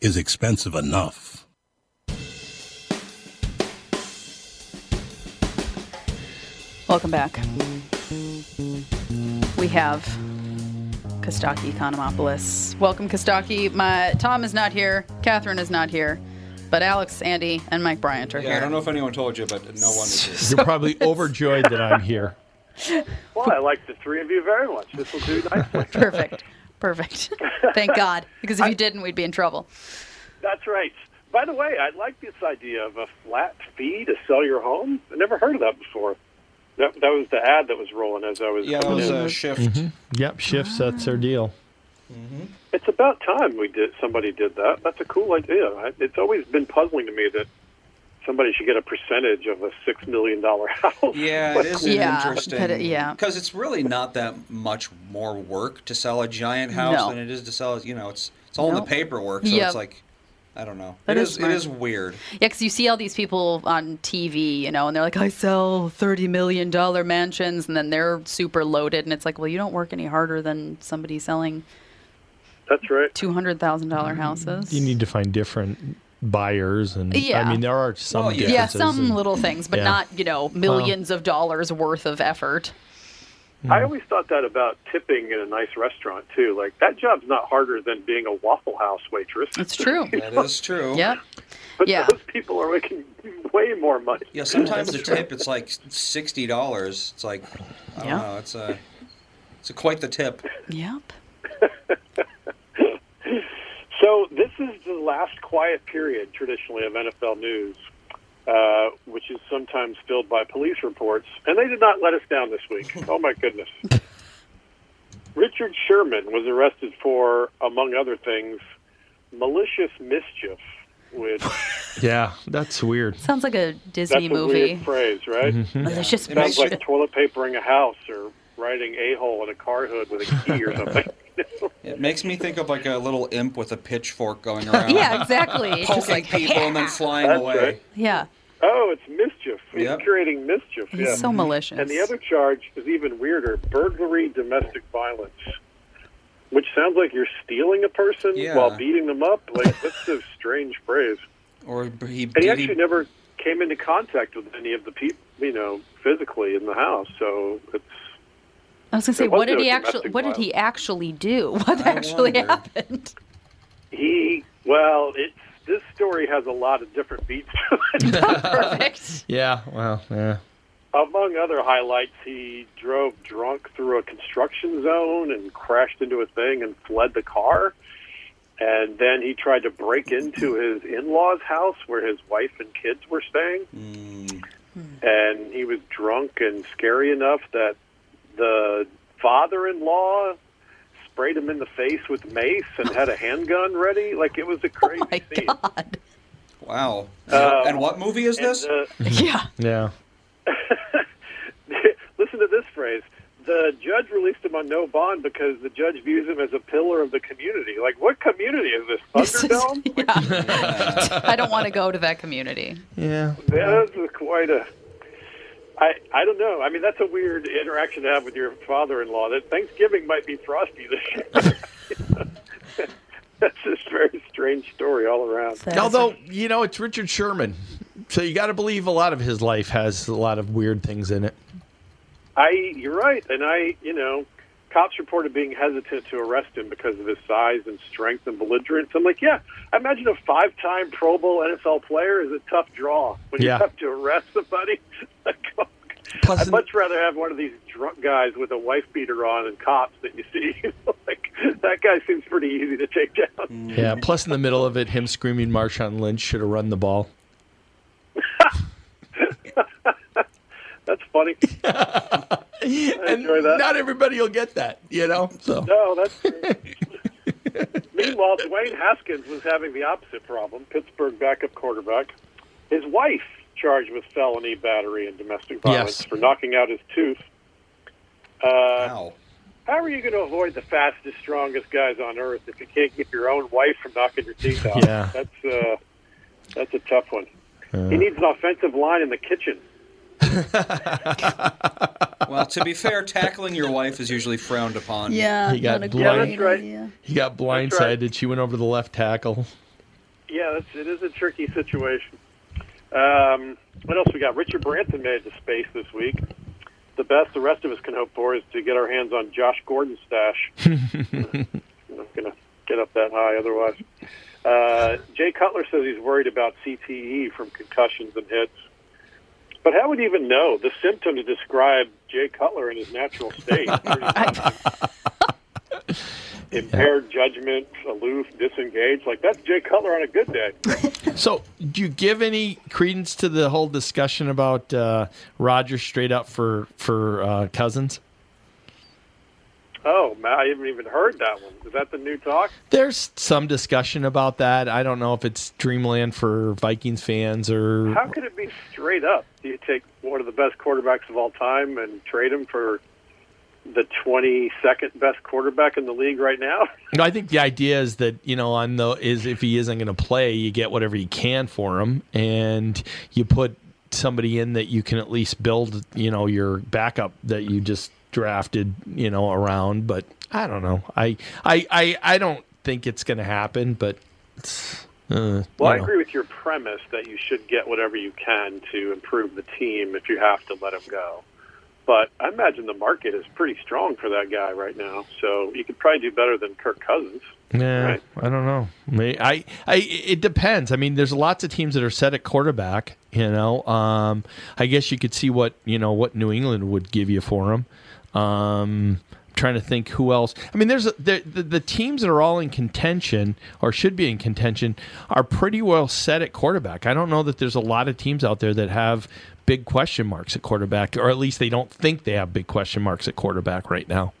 S5: is expensive enough.
S1: Welcome back. We have Kostaki Economopoulos. Welcome, Kostaki. My Tom is not here. Catherine is not here. But Alex, Andy, and Mike Bryant are
S2: Yeah,
S1: here.
S2: I don't know if anyone told you, but no one is here.
S3: You're probably overjoyed that I'm here.
S8: Well, I like the three of you very much. This will do nicely.
S1: Perfect. Perfect.
S8: (laughs)
S1: Thank God. Because if you didn't, we'd be in trouble.
S8: That's right. By the way, I like this idea of a flat fee to sell your home. I never heard of that before. That, that was the ad that was rolling as I was
S2: (laughs) Yeah, that
S8: coming
S2: was uh,
S8: in.
S2: a shift.
S3: Mm-hmm. Yep, shifts. That's their deal.
S8: It's about time we did somebody did that. That's a cool idea. I, it's always been puzzling to me that somebody should get a percentage of a six million dollar (laughs) house.
S2: Yeah, it is
S1: Yeah,
S2: interesting.
S1: but it- yeah.
S2: because it's really not that much more work to sell a giant house
S1: No.
S2: than it is to sell. You know, it's it's all in
S1: No.
S2: the paperwork, so
S1: Yep.
S2: it's like, I don't know.
S1: That
S2: it
S1: is
S2: is
S1: smart.
S2: it is weird.
S1: Yeah, because you see all these people on TV, you know, and they're like, I sell $30 million mansions, and then they're super loaded. And it's like, well, you don't work any harder than somebody selling
S8: That's right.
S1: $200,000 houses.
S3: Mm. You need to find different buyers, and
S1: Yeah.
S3: I mean there are some
S2: Well, yeah.
S1: yeah,
S3: differences.
S1: some
S3: and-
S1: little things, but
S3: yeah.
S1: not, you know, millions of dollars worth of effort.
S8: I always thought that about tipping in a nice restaurant too. Like that job's not harder than being a Waffle House waitress.
S1: It's
S8: (laughs)
S1: true.
S2: That is true.
S1: yep.
S8: But
S3: (laughs)
S1: Yeah.
S8: those people are making way more money.
S2: Yeah, sometimes the tip it's like sixty dollars. It's like I don't
S1: Yeah.
S2: know. It's a it's a quite the tip.
S1: Yep.
S8: So this is the last quiet period traditionally of NFL news, uh, which is sometimes filled by police reports, and they did not let us down this week.
S1: (laughs)
S8: Oh my goodness! Richard Sherman was arrested for, among other things, malicious mischief,
S1: (laughs)
S8: which
S3: Yeah, that's weird.
S1: Sounds like a
S8: that's
S1: Disney
S8: a
S1: movie.
S8: weird phrase, right?
S1: (laughs) Malicious
S8: Sounds
S1: mischief.
S8: like toilet papering a house or riding a hole in a car hood with a key or
S1: (laughs)
S8: something.
S2: It makes me think of like a little imp with a pitchfork going
S1: (laughs)
S2: around,
S1: yeah, exactly. It's just
S2: poking
S1: like,
S2: people and
S1: (laughs)
S2: then flying
S8: That's
S2: away.
S8: right.
S1: yeah,
S8: oh, it's mischief. He's
S2: Yep. Mm-hmm.
S8: creating mischief.
S1: he's
S8: yeah.
S1: so malicious.
S8: And the other charge is even weirder burglary domestic violence, which sounds like you're stealing a person
S2: Yeah.
S8: while beating them up. Like,
S2: (laughs)
S8: that's a strange phrase.
S2: Or he,
S8: And he
S2: did
S8: actually
S2: he
S8: never came into contact with any of the people, you know, physically in the house. So it's.
S1: I was gonna say,
S8: There was
S1: what did
S8: no
S1: he actually?
S8: domestic
S1: What did he actually do? (laughs) What actually
S2: wonder.
S1: happened?
S8: He. Well, it's. This story has a lot of different beats to it.
S1: (laughs) Perfect.
S3: Yeah, well, yeah.
S8: Among other highlights, he drove drunk through a construction zone and crashed into a thing and fled the car. And then he tried to break into his in law's house where his wife and kids were staying.
S1: Hmm.
S8: And he was drunk and scary enough that the father in law sprayed him in the face with mace and had a handgun ready. Like it was
S1: (laughs)
S8: a crazy
S1: Oh My
S8: scene. Um,
S1: God.
S2: Wow. and what movie is
S8: And,
S2: this?
S8: uh,
S1: (laughs) Yeah.
S3: Yeah.
S8: (laughs) Listen to this phrase. The judge released him on no bond because the judge views him as a pillar of the community. Like, what community is this?
S1: This is-
S8: Thunderdome?
S1: (laughs) yeah. I don't want to go to that community.
S3: Yeah.
S8: This is quite a. I, I don't know. I mean, that's a weird interaction to have with your father-in-law. That Thanksgiving might be frosty this year. (laughs)
S1: (laughs)
S8: that's just a very strange story all around.
S1: That's-
S3: Although, you know, it's Richard Sherman. So you got to believe a lot of his life has a lot of weird things in it.
S8: I, you're right, and I, you know, cops reported being hesitant to arrest him because of his size and strength and belligerence. I'm like, yeah, I imagine a five-time Pro Bowl NFL player is a tough draw when you
S3: Yeah.
S8: have to arrest somebody. (laughs) Like, oh,
S3: Plus
S8: I'd much rather have one of these drunk guys with a wife beater on and cops that you see. (laughs) like that guy seems pretty easy to take down.
S3: Yeah. (laughs) Plus, in the middle of it, him screaming, "Marshawn Lynch should have run the ball."
S8: That's
S3: (laughs)
S8: funny.
S3: I enjoy that. Not everybody will get that, you know. So
S8: No, that's.
S3: (laughs)
S8: Meanwhile, Dwayne Haskins was having the opposite problem. Pittsburgh backup quarterback, his wife charged with felony battery and domestic violence
S3: Yes.
S8: for knocking out his tooth. Uh, How are you going to avoid the fastest, strongest guys on earth if you can't keep your own wife from knocking your teeth out?
S3: Yeah. Uh.
S8: That's uh, that's a tough one. He needs an offensive line in the kitchen.
S2: well, to be fair, tackling your wife is usually frowned upon.
S1: Yeah,
S3: He got
S1: Uh, not a
S3: blind-
S1: great
S3: Yeah, that's
S1: idea.
S3: he got blindsided. She went over the left tackle.
S8: Yeah, that's, it is a tricky situation. Um, what else we got? Richard Branson made it to space this week. The best the rest of us can hope for is to get our hands on Josh Gordon's stash. I'm not going to get up that high otherwise. Uh, Jay Cutler says he's worried about CTE from concussions and hits. But how would he even know? The symptoms describe Jay Cutler in his natural state. Impaired judgment, aloof, disengaged. Like, that's Jay Cutler on a good day.
S3: So, do you give any credence to the whole discussion about uh, Rogers straight up for for uh, Cousins?
S8: Oh, man, I haven't even heard that one. Is that the new talk?
S3: There's some discussion about that. I don't know if it's dreamland for Vikings fans or
S8: How could it be straight up? Do you take one of the best quarterbacks of all time and trade him for the 22nd best quarterback in the league right now? (laughs)
S3: No, I think the idea is that you know on the is if he isn't going to play, you get whatever you can for him, and you put somebody in that you can at least build you know your backup that you just drafted you know around. But I don't know. I I I, I don't think it's going to happen. But it's, uh,
S8: Well, I
S3: you know.
S8: agree with your premise that you should get whatever you can to improve the team if you have to let him go. But I imagine the market is pretty strong for that guy right now. So you could probably do better than Kirk Cousins.
S3: Yeah,
S8: Right.
S3: I don't know. May- I, I, it depends. I mean, there's lots of teams that are set at quarterback. You know, um, I guess you could see what you know what New England would give you for him. Um, I'm trying to think who else. I mean, there's a, there, the, the teams that are all in contention or should be in contention are pretty well set at quarterback. I don't know that there's a lot of teams out there that have big question marks at quarterback, or at least they don't think they have big question marks at quarterback right now.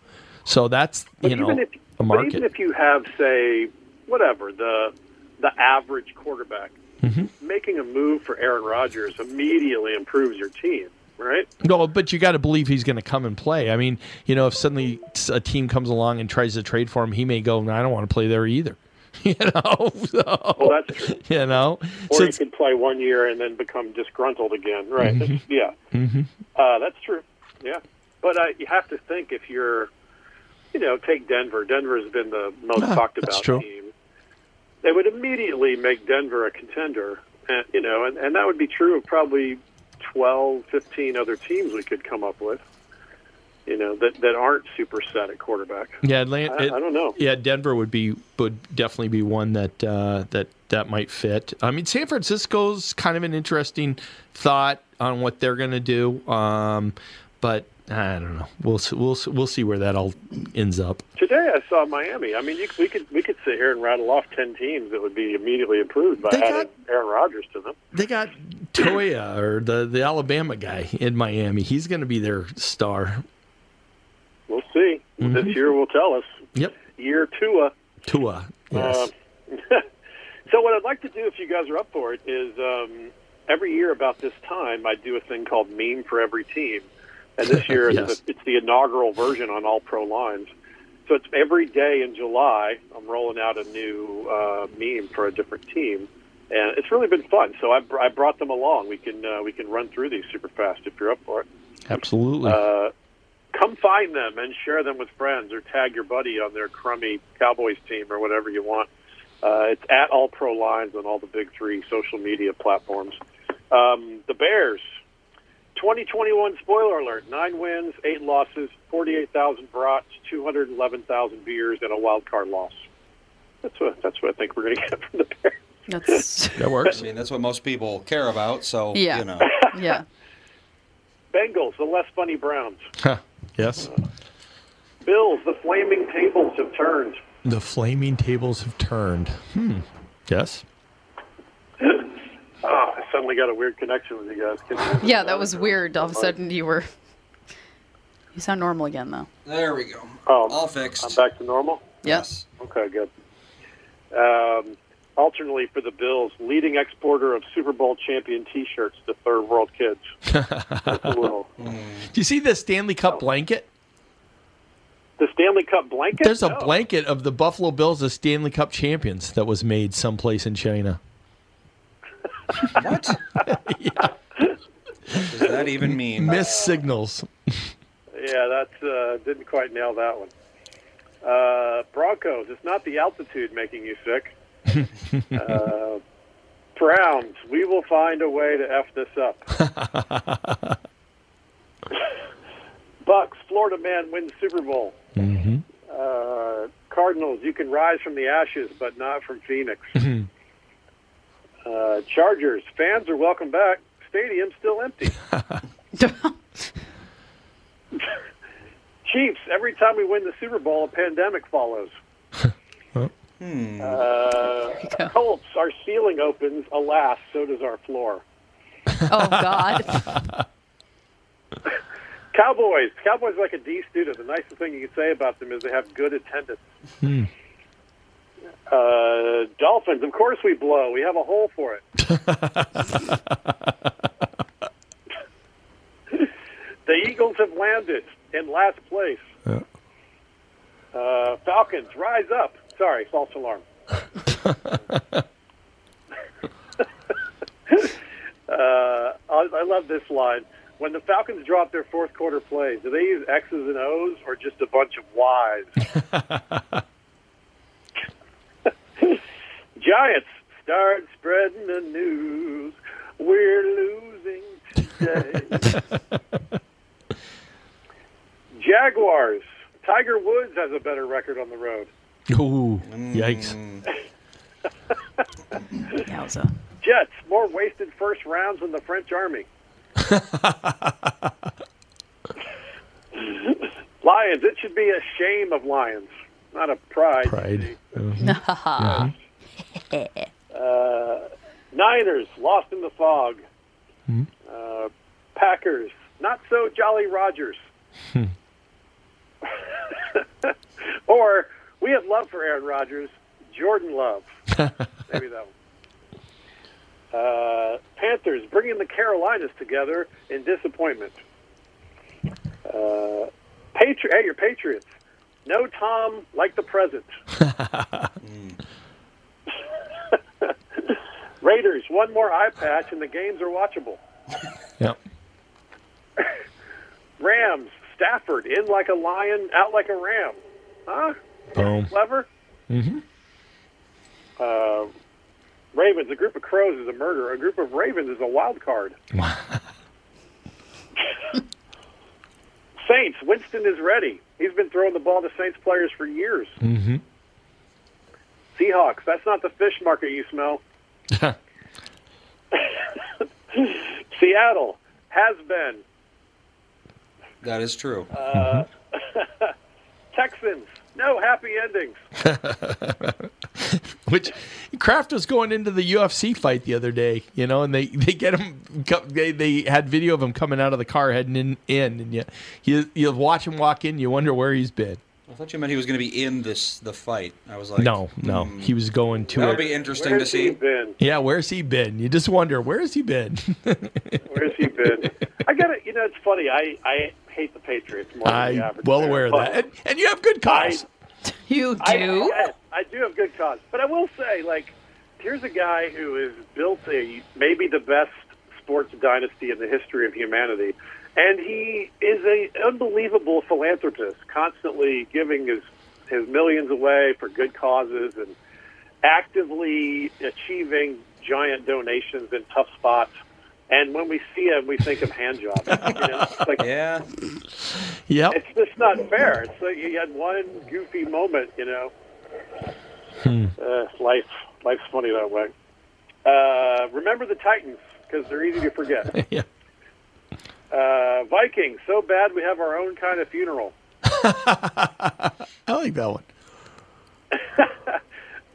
S3: So that's you know
S8: even if,
S3: a
S8: but
S3: market.
S8: even if you have, say, whatever the the average quarterback,
S3: Mm-hmm.
S8: making a move for Aaron Rodgers immediately improves your team, right?
S3: No, but you got to believe he's going to come and play. I mean, you know, if suddenly a team comes along and tries to trade for him, he may go, "No, I don't want to play there either." (laughs) you know, (laughs) so,
S8: Well, that's true.
S3: you know,
S8: Or
S3: so
S8: you
S3: it's-
S8: could play one year and then become disgruntled again, right? That's- (laughs) Yeah,
S3: Mhm.
S8: uh, that's true. Yeah, but uh, you have to think if you're, you know, take Denver. Denver has been the most
S3: Ah,
S8: talked
S3: that's
S8: about
S3: true.
S8: team. They would immediately make Denver a contender, and, you know, and, and that would be true of probably 12, 15 other teams we could come up with. You know that that aren't super set at quarterback.
S3: yeah, Atlanta,
S8: I- I don't know.
S3: Yeah, Denver would be would definitely be one that uh, that that might fit. I mean, San Francisco's kind of an interesting thought on what they're going to do, um, but I don't know. We'll s- we'll s- we'll see where that all ends up.
S8: Today I saw Miami. I mean, you, we could we could sit here and rattle off ten teams that would be immediately improved by
S3: They got-
S8: adding Aaron Rodgers to them.
S3: They got Toya or the the Alabama guy in Miami. He's going to be their star.
S8: We'll see. This year will tell us.
S3: Mm-hmm. Yep,
S8: Year uh, Tua.
S3: Tua. Yes.
S8: Um, (laughs) so what I'd like to do, if you guys are up for it, is um, every year about this time I do a thing called Meme for Every Team, and
S3: (laughs)
S8: this year
S3: Yes.
S8: it's, the, it's the inaugural version on all pro lines. So it's every day in July I'm rolling out a new uh, meme for a different team, and it's really been fun. So I, br- I brought them along. We can uh, we can run through these super fast if you're up for it.
S3: Absolutely.
S8: Uh, come find them and share them with friends or tag your buddy on their crummy Cowboys team or whatever you want. Uh, it's at All Pro Lines on all the big three social media platforms. Um, the Bears, 2021 spoiler alert: nine wins, eight losses, 48,000 brats, 211,000 beers, and a wild card loss. That's what that's what I think we're going to get from the Bears.
S1: That's
S3: that
S2: I (laughs)
S3: works.
S2: Oh, mean, that's what most people care about. So
S1: Yeah.
S2: you know,
S1: yeah.
S8: (laughs) Bengals, the less funny Browns.
S3: Huh. Yes.
S8: Bills, the flaming tables have (laughs) turned.
S3: The flaming tables have turned. Hmm. (laughs) Yes.
S8: Oh, I suddenly got a weird connection with you guys. Can you-
S1: Yeah, that was weird. All of a sudden, you were. You sound normal again, though.
S2: There we go.
S8: Oh,
S2: All fixed.
S8: I'm back to normal?
S1: Yes.
S8: Okay, good. Um, alternately, for the Bills, leading exporter of Super Bowl champion t shirts to third world
S2: (laughs)
S8: kids.
S3: Do you see the Stanley Cup blanket?
S8: The Stanley Cup blanket?
S3: There's a
S8: No.
S3: blanket of the Buffalo Bills as Stanley Cup champions that was made someplace in China.
S2: Does that even mean?
S3: Miss signals.
S8: Yeah, that uh, didn't quite nail that one. Uh, Broncos, it's not the altitude making you
S2: (laughs)
S8: sick. Uh, Browns, we will find a way to F this up. (laughs) Bucks, Florida man wins Super Bowl.
S3: Mhm.
S8: Uh, Cardinals, you can rise from the ashes, but not from Phoenix. Uh, Chargers, fans are welcome back. Stadium still empty. (laughs) Chiefs, every time we win the Super Bowl, a pandemic follows.
S3: Hmm.
S8: Uh, Colts, our ceiling opens. Alas, so does our floor.
S1: Oh God.
S8: Cowboys, Cowboys are like a D student. The nicest thing you can say about them is they have good attendance.
S3: Hmm.
S8: Uh, Dolphins, of course we blow. We have a hole for it. The Eagles have landed in last place.
S3: Yeah.
S8: Uh, Falcons, rise up. Sorry, false alarm. (laughs) uh, I, I love this line. When the Falcons drop their fourth quarter plays, do they use X's and O's or just a bunch of Y's? Giants, start spreading the news. We're losing today. Jaguars, Tiger Woods has a better record on the road.
S3: Ooh, yikes.
S1: Yowza.
S8: (laughs) Jets, more wasted first rounds than the French Army. (laughs) Lions, it should be a shame of Lions, not a pride.
S3: Pride.
S1: (laughs)
S3: Mm-hmm.
S8: Uh, Niners, lost in the fog.
S3: Hmm.
S8: Uh, Packers, not so Jolly Rogers. (laughs)
S3: Hmm.
S8: or we have love for Aaron Rodgers, Jordan Love. Maybe that one. Uh, Panthers bringing the Carolinas together in disappointment. Uh, Patri- hey, your Patriots. No Tom like the present. (laughs) Raiders, one more eye patch and the games are watchable.
S3: Yep.
S8: (laughs) Rams, Stafford in like a lion, out like a ram. Huh?
S3: Boom.
S8: Clever.
S3: hmm
S8: Uh, Ravens, a group of crows is a murder. A group of ravens is a wild card. Saints, Winston is ready. He's been throwing the ball to Saints players for years.
S3: hmm
S8: Seahawks, that's not the fish market you smell. (laughs) Seattle has been.
S2: That is true.
S8: Uh, (laughs) Texans, no happy endings.
S3: (laughs) Which Kraft was going into the UFC fight the other day, you know, and they they get him. co- They they had video of him coming out of the car heading in, in and you, you you watch him walk in, you wonder where he's been.
S2: Mm-hmm. I thought you meant he was going to be in this the fight. I was like,
S3: no, no,
S2: hmm,
S3: he was going to.
S2: that
S3: it.
S2: would be interesting to
S8: Where's he
S2: see.
S8: been?
S3: yeah, where's he been? You just wonder where's he been. (laughs)
S8: Where's he been? I got to You know, it's funny. I I hate the Patriots more than the
S3: I'm
S8: average.
S3: well
S8: fan,
S3: aware of
S8: but
S3: that, and, and you have good cause.
S1: (laughs) You
S8: I,
S1: do.
S8: yes, I do have good cause, but I will say, like, here's a guy who is built a maybe the best sports dynasty in the history of humanity, and he is a unbelievable philanthropist, constantly giving his his millions away for good causes and actively achieving giant donations in tough spots. And when we see him, we think of hand jobs. You know? It's
S3: (laughs)
S8: like,
S2: Yeah,
S3: Yep.
S8: it's just not fair. It's like you had one goofy moment, you know.
S3: Hmm.
S2: (laughs)
S8: Uh, life, life's funny that way. Uh, remember the Titans because they're easy to forget.
S3: yeah.
S8: Uh, Vikings, so bad we have our own kind of funeral.
S3: (laughs) I like that one.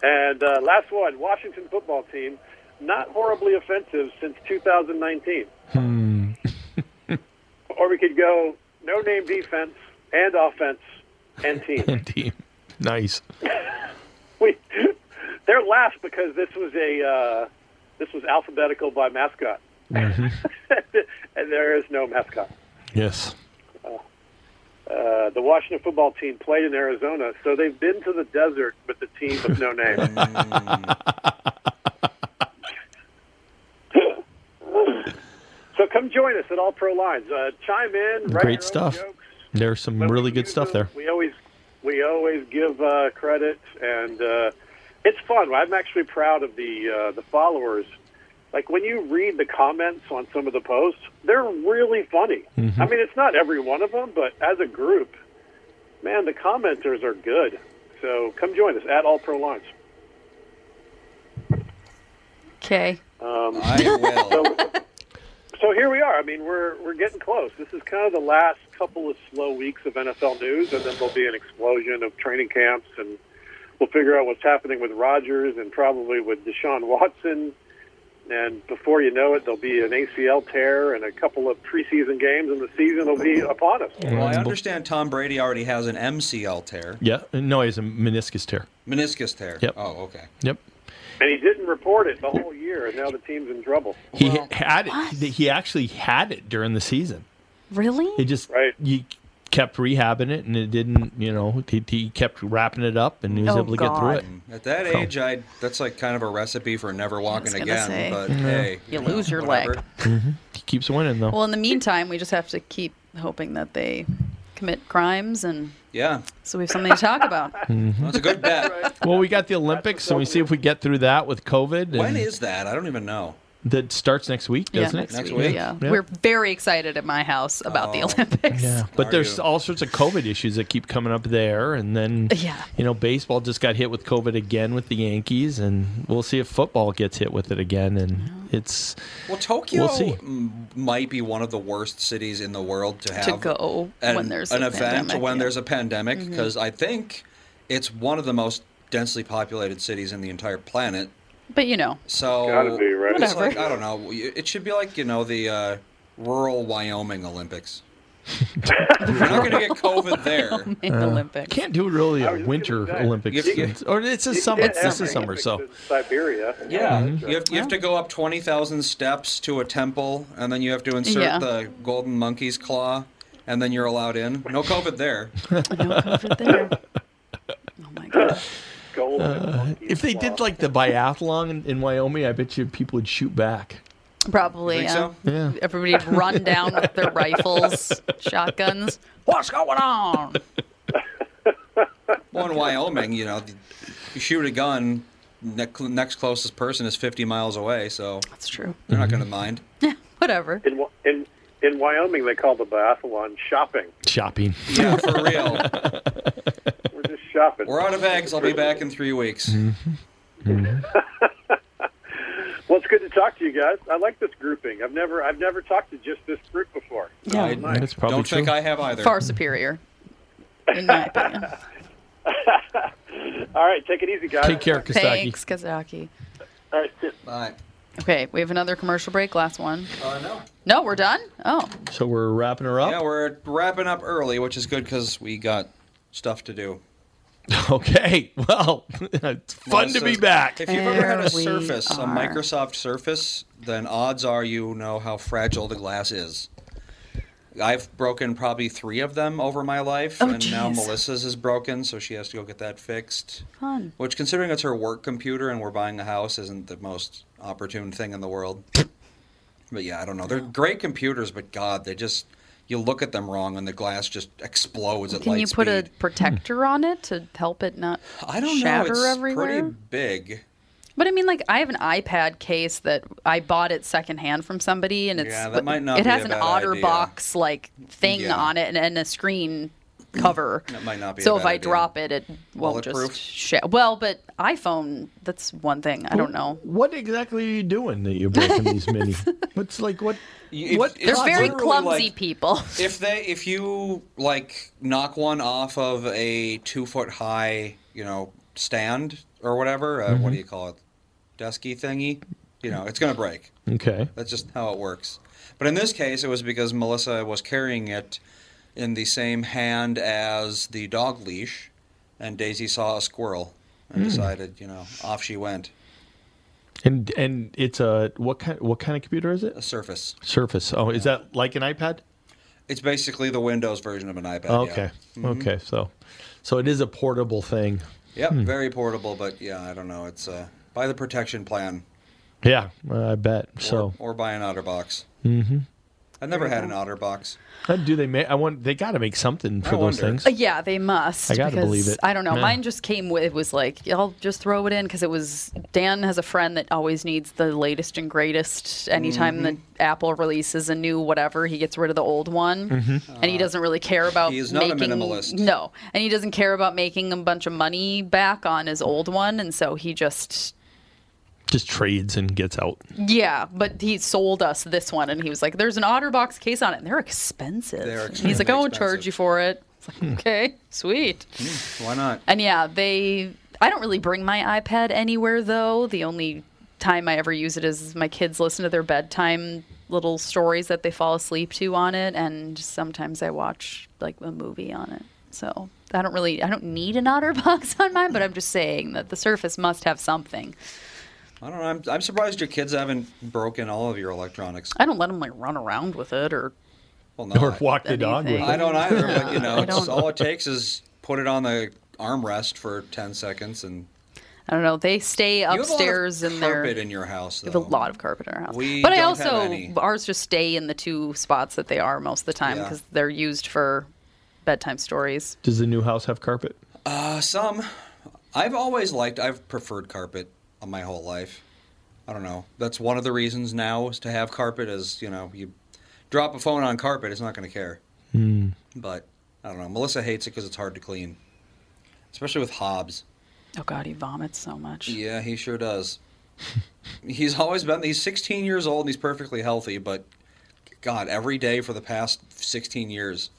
S8: And uh, last one, Washington football team, not horribly offensive since 2019.
S3: Hmm.
S8: Or we could go no name defense and offense and team.
S3: (laughs) Team. Nice.
S8: we they're last because this was a uh, this was alphabetical by mascot,
S4: Mm-hmm.
S8: (laughs) and there is no mascot.
S3: Yes.
S8: Uh, the Washington football team played in Arizona, so they've been to the desert with the team with no name. (laughs) so come join us at All Pro Lines. Uh, chime in. write your own
S3: Great stuff. There's some really good stuff there.
S8: we always we always give uh, credit, and uh, it's fun. I'm actually proud of the uh, the followers. Like when you read the comments on some of the posts, they're really funny.
S3: Mhm.
S8: I mean, it's not every one of them, but as a group, man, the commenters are good. So come join us at All Pro Lines.
S1: Okay.
S8: Um,
S1: I
S8: will. (laughs) So, so here we are. I mean, we're we're getting close. This is kind of the last couple of slow weeks of NFL news, and then there'll be an explosion of training camps, and we'll figure out what's happening with Rodgers and probably with Deshaun Watson. And before you know it, there'll be an ACL tear and a couple of preseason games, and the season will be upon us.
S2: Well,
S3: Mm.
S2: I understand Tom Brady already has an MCL tear,
S3: Yeah. No, he's a meniscus tear.
S2: meniscus tear.
S3: Yep.
S2: Oh, okay.
S3: Yep.
S8: And he didn't report it the whole year, and now the team's in trouble.
S3: He had it. He actually had it during the season.
S1: Really?
S3: He just he kept rehabbing it, and it didn't. You know, he, he kept wrapping it up, and he was
S2: Oh,
S3: able to get through
S2: God.
S3: it.
S2: At that
S3: So-
S2: age, I that's like kind of a recipe for never walking
S1: gonna
S2: again.
S1: say.
S2: But
S3: Yeah.
S2: hey,
S1: You lose your leg.
S3: Mhm. He keeps winning though.
S1: Well, in the meantime, we just have to keep hoping that they commit crimes, and
S2: Yeah.
S1: so we have something to talk
S3: (laughs)
S1: about.
S2: That's
S1: (laughs)
S2: a good bet.
S3: Mm-hmm. well, we got the Olympics, so we see if we get through that with COVID. and-
S2: When is that? I don't even know.
S3: that starts next week, doesn't
S1: yeah,
S3: it?
S1: next week. Yeah. we're very excited at my house about the Olympics.
S3: Yeah. But there's all sorts of COVID issues that keep coming up there, and then
S1: Yeah.
S3: you know, baseball just got hit with COVID again with the Yankees, and we'll see if football gets hit with it again, and it's
S2: Well, Tokyo
S3: We'll see.
S2: m- might be one of the worst cities in the world to have
S1: go
S2: an,
S1: when there's
S2: an
S1: a
S2: event
S1: pandemic,
S2: when
S1: yeah.
S2: there's a pandemic
S1: Mhm.
S2: because I think it's one of the most densely populated cities in the entire planet.
S1: But you know,
S2: So
S1: Gotta be, right?
S2: it's
S1: Whatever.
S2: like, I don't know. It should be like you know the uh, rural Wyoming
S1: (laughs)
S2: Olympics. You're not going to get COVID there.
S3: uh, Can't do really a winter Olympics,
S2: You- you-
S3: It's- or it's a
S2: you
S3: summer.
S2: get
S3: This
S2: every
S3: is summer, so
S8: Siberia.
S2: Yeah,
S3: Mhm.
S2: you, have, you have to go up twenty thousand steps to a temple, and then you have to insert
S1: Yeah.
S2: the golden monkey's claw, and then you're allowed in. No COVID
S1: (laughs)
S2: there.
S3: no
S1: COVID there. Oh
S3: Uh, if they did like the biathlon in, in Wyoming, I bet you people would shoot back.
S1: probably
S3: You think
S1: yeah.
S3: so? Yeah.
S1: Everybody would run down with their (laughs) rifles, shotguns. What's going on?
S2: Well, in Wyoming, you know, you shoot a gun, ne- next closest person is fifty miles away, so
S1: that's true.
S2: They're not going to mind.
S1: (laughs) Whatever.
S8: In Wa- in in Wyoming, they call the biathlon shopping.
S3: Shopping.
S2: Yeah, for real.
S8: (laughs) We're just shopping. Mm-hmm.
S2: We're out of eggs. I'll be back in three weeks.
S3: Mm-hmm.
S8: Well, it's good to talk to you guys. I like this grouping. I've never I've never talked to just this group before.
S1: Yeah.
S2: I
S3: That's probably
S2: don't think
S3: true.
S2: I have either.
S1: Far superior, in my
S2: (laughs)
S1: opinion.
S8: (laughs) All right, take it easy, guys.
S3: Take care, Kostaki.
S1: Thanks, Kazaki.
S8: All right, see you.
S2: Bye.
S1: Okay, we have another commercial break. Last one.
S2: Uh, no.
S1: No, we're done. Oh,
S3: So we're wrapping her
S2: Yeah,
S3: up.
S2: we're wrapping up early, which is good because we got stuff to do.
S3: (laughs) Okay. Well, (laughs) it's fun to be
S2: Melissa's-
S3: back.
S2: If you've ever had a
S3: There we
S2: Surface, a
S3: are.
S2: Microsoft Surface, then odds are you know how fragile the glass is. I've broken probably three of them over my life,
S1: Oh,
S2: and now
S1: geez.
S2: Melissa's is broken, so she has to go get that fixed.
S1: fun.
S2: Which, considering it's her work computer and we're buying a house, isn't the most opportune thing in the world. but yeah, I don't know. They're great computers, but God, they just. You look at them wrong, and the glass just explodes at
S1: Can
S2: light
S1: you put
S2: speed.
S1: a protector on it to help it not
S2: I don't know.
S1: shatter
S2: It's
S1: everywhere?
S2: pretty big.
S1: But I mean, like, I have an iPad case that I bought it secondhand from somebody, and it's
S2: Yeah, that
S1: but
S2: might not
S1: it
S2: be
S1: has
S2: a
S1: an
S2: bad
S1: OtterBox
S2: idea.
S1: like thing
S2: Yeah.
S1: on it and, and a screen cover.
S2: That might not be a
S1: So if
S2: bad
S1: I
S2: idea.
S1: drop it, it won't just
S2: Bulletproof?
S1: sh- Well, but iPhone, that's one thing. I don't know.
S3: What exactly are you doing that you're breaking these mini? What's like what?
S2: If-
S3: what
S2: if
S3: process?
S2: literally, like,
S1: people. (laughs)
S2: if they, if you like knock one off of a two foot high, you know, stand or whatever, uh,
S1: Mm-hmm.
S2: what do you call it, desky thingy, you know, it's gonna break.
S3: Okay.
S2: That's just how it works. But in this case, it was because Melissa was carrying it in the same hand as the dog leash, and Daisy saw a squirrel and
S3: Hmm.
S2: decided, you know, off she went.
S3: And and it's a what kind what kind of computer is it? A
S2: Surface.
S3: Surface. Oh, is that like an iPad?
S2: It's basically the Windows version of an iPad. yeah.
S3: okay.
S2: Mhm.
S3: Okay. So so it is a portable thing.
S2: Yep,
S3: Hmm.
S2: very portable, but yeah, I don't know. It's uh, by the protection plan
S3: Yeah, I bet. so
S2: or by an OtterBox.
S3: hmm
S2: I've never had an OtterBox.
S3: How uh, do they make? I want. They got to make something for
S2: I
S3: those
S2: wonder.
S3: things.
S1: Uh, yeah, they must.
S3: I gotta
S1: because
S3: believe it.
S1: I don't know.
S3: Yeah.
S1: Mine just came with. It was like I'll just throw it in because it was. Dan has a friend that always needs the latest and greatest. Anytime
S9: Mhm.
S1: that
S2: Mm-hmm.
S1: Apple releases a new whatever, he gets rid of the old one,
S3: Mm. Mm-hmm.
S9: Mhm.
S1: and he doesn't really care about.
S9: He is not a
S1: making,
S9: minimalist.
S1: No, and he doesn't care about making a bunch of money back on his old one, and so he just.
S3: Just trades and gets out.
S1: Yeah, but he sold us this one, and he was like, "There's an OtterBox case on it, and they're expensive."
S2: They're
S1: And he's like, "I won't charge you for it." It's like, okay, sweet.
S2: Hmm, Why not?
S1: And yeah, they. I don't really bring my iPad anywhere though. The only time I ever use it is my kids listen to their bedtime little stories that they fall asleep to on it, and sometimes I watch like a movie on it. So I don't really, I don't need an (laughs) OtterBox on mine, but I'm just saying that the Surface must have something.
S2: I don't know. I'm, I'm surprised your kids haven't broken all of your electronics.
S1: I don't let them like run around with it or
S2: Well, no,
S3: Or
S2: I-
S3: walk the dog with
S2: I
S3: it.
S2: don't either, but
S1: (laughs)
S2: you
S1: I
S2: know, it's,
S1: don't-
S2: all it takes is put it on the armrest for 10 seconds and
S1: I don't know. They stay
S2: you have a lot of
S1: upstairs in their
S2: carpet in your house.
S1: We have a lot of carpet in our house.
S2: We
S1: but I
S2: don't have
S1: also
S2: any.
S1: ours just stay in the two spots that they are most of the time
S2: Yeah.
S1: because they're used for bedtime stories.
S3: Does the new house have carpet?
S2: Uh, some. I've always liked. I've preferred carpet on my whole life. I don't know. That's one of the reasons now is to have carpet. Is you know you drop a phone on carpet, it's not going to care.
S3: Hmm.
S2: But I don't know. Melissa hates it because it's hard to clean, especially with Hobbs.
S1: Oh God, he vomits so much.
S2: Yeah, he sure does. (laughs) he's always been. He's 16 years old and he's perfectly healthy, but God, every day for the past 16 years,